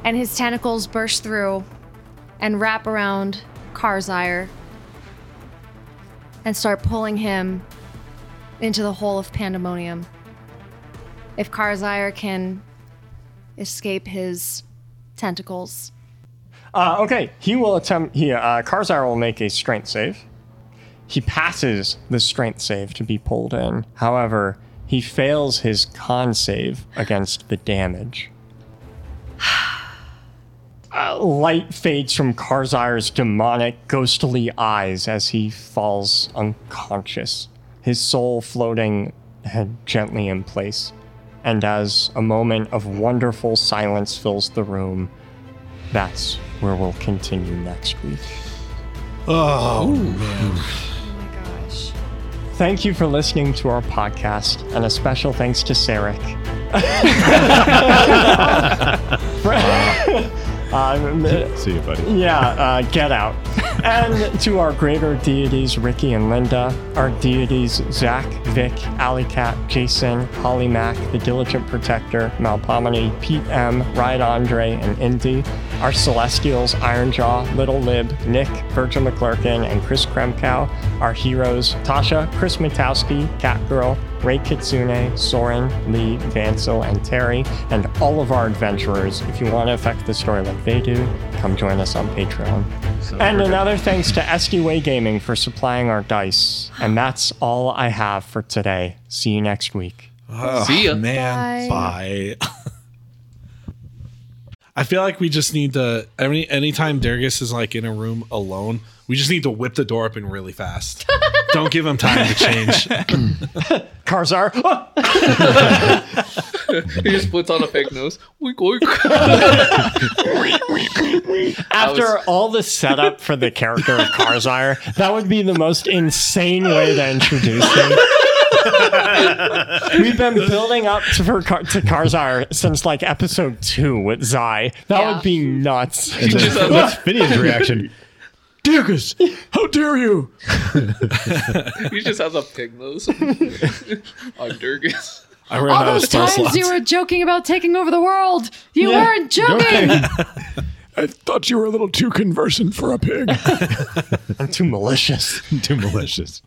Speaker 2: and his tentacles burst through and wrap around Karzire and start pulling him into the hole of pandemonium if Karzire can escape his tentacles.
Speaker 1: Uh, okay, he will attempt. He uh, Karzar will make a strength save. He passes the strength save to be pulled in. However, he fails his con save against the damage. Uh, light fades from Karzire's demonic, ghostly eyes as he falls unconscious, his soul floating head gently in place. And as a moment of wonderful silence fills the room, that's where we'll continue next week.
Speaker 2: Oh my gosh.
Speaker 1: Thank you for listening to our podcast, and a special thanks to Sarek. um,
Speaker 3: See you, buddy.
Speaker 1: yeah, uh, get out. and to our greater deities, Ricky and Linda, our deities, Zach, Vic, Alleycat, Jason, Holly Mac, the Diligent Protector, Malpomene, Pete M, Riot Andre, and Indy, our celestials, Ironjaw, Little Lib, Nick, Virgil McClurkin, and Chris Kremkow, our heroes, Tasha, Chris Matowski, Catgirl, Ray Kitsune, Soren, Lee, Vansel, and Terry, and all of our adventurers. If you want to affect the story like they do, come join us on Patreon. and another thanks to SDWay Gaming for supplying our dice. And that's all I have for today. See you next week.
Speaker 4: Oh,
Speaker 6: See ya.
Speaker 4: man. Bye. I feel like we just need to any anytime Dergus is like in a room alone, we just need to whip the door open really fast. Don't give him time to change.
Speaker 1: Karzar, oh,
Speaker 6: He just puts on a fake nose. Oink, oink.
Speaker 1: after
Speaker 6: was-
Speaker 1: all the setup for the character of Karzar, that would be the most insane way to introduce him. We've been building up to, for Kar- to Karzar since like episode two with Zai. That
Speaker 2: Yeah.
Speaker 1: would be nuts.
Speaker 6: Just a-
Speaker 3: What's Finian's reaction? Dirkus, how dare you?
Speaker 6: He just has a pig nose. I'm Durgus.
Speaker 4: I ran
Speaker 2: All
Speaker 4: out of
Speaker 2: those
Speaker 4: spell
Speaker 2: times
Speaker 4: slots.
Speaker 2: you were joking about taking over the world, you weren't joking.
Speaker 3: I thought you were a little too conversant for a pig.
Speaker 1: I'm too malicious.
Speaker 3: too malicious.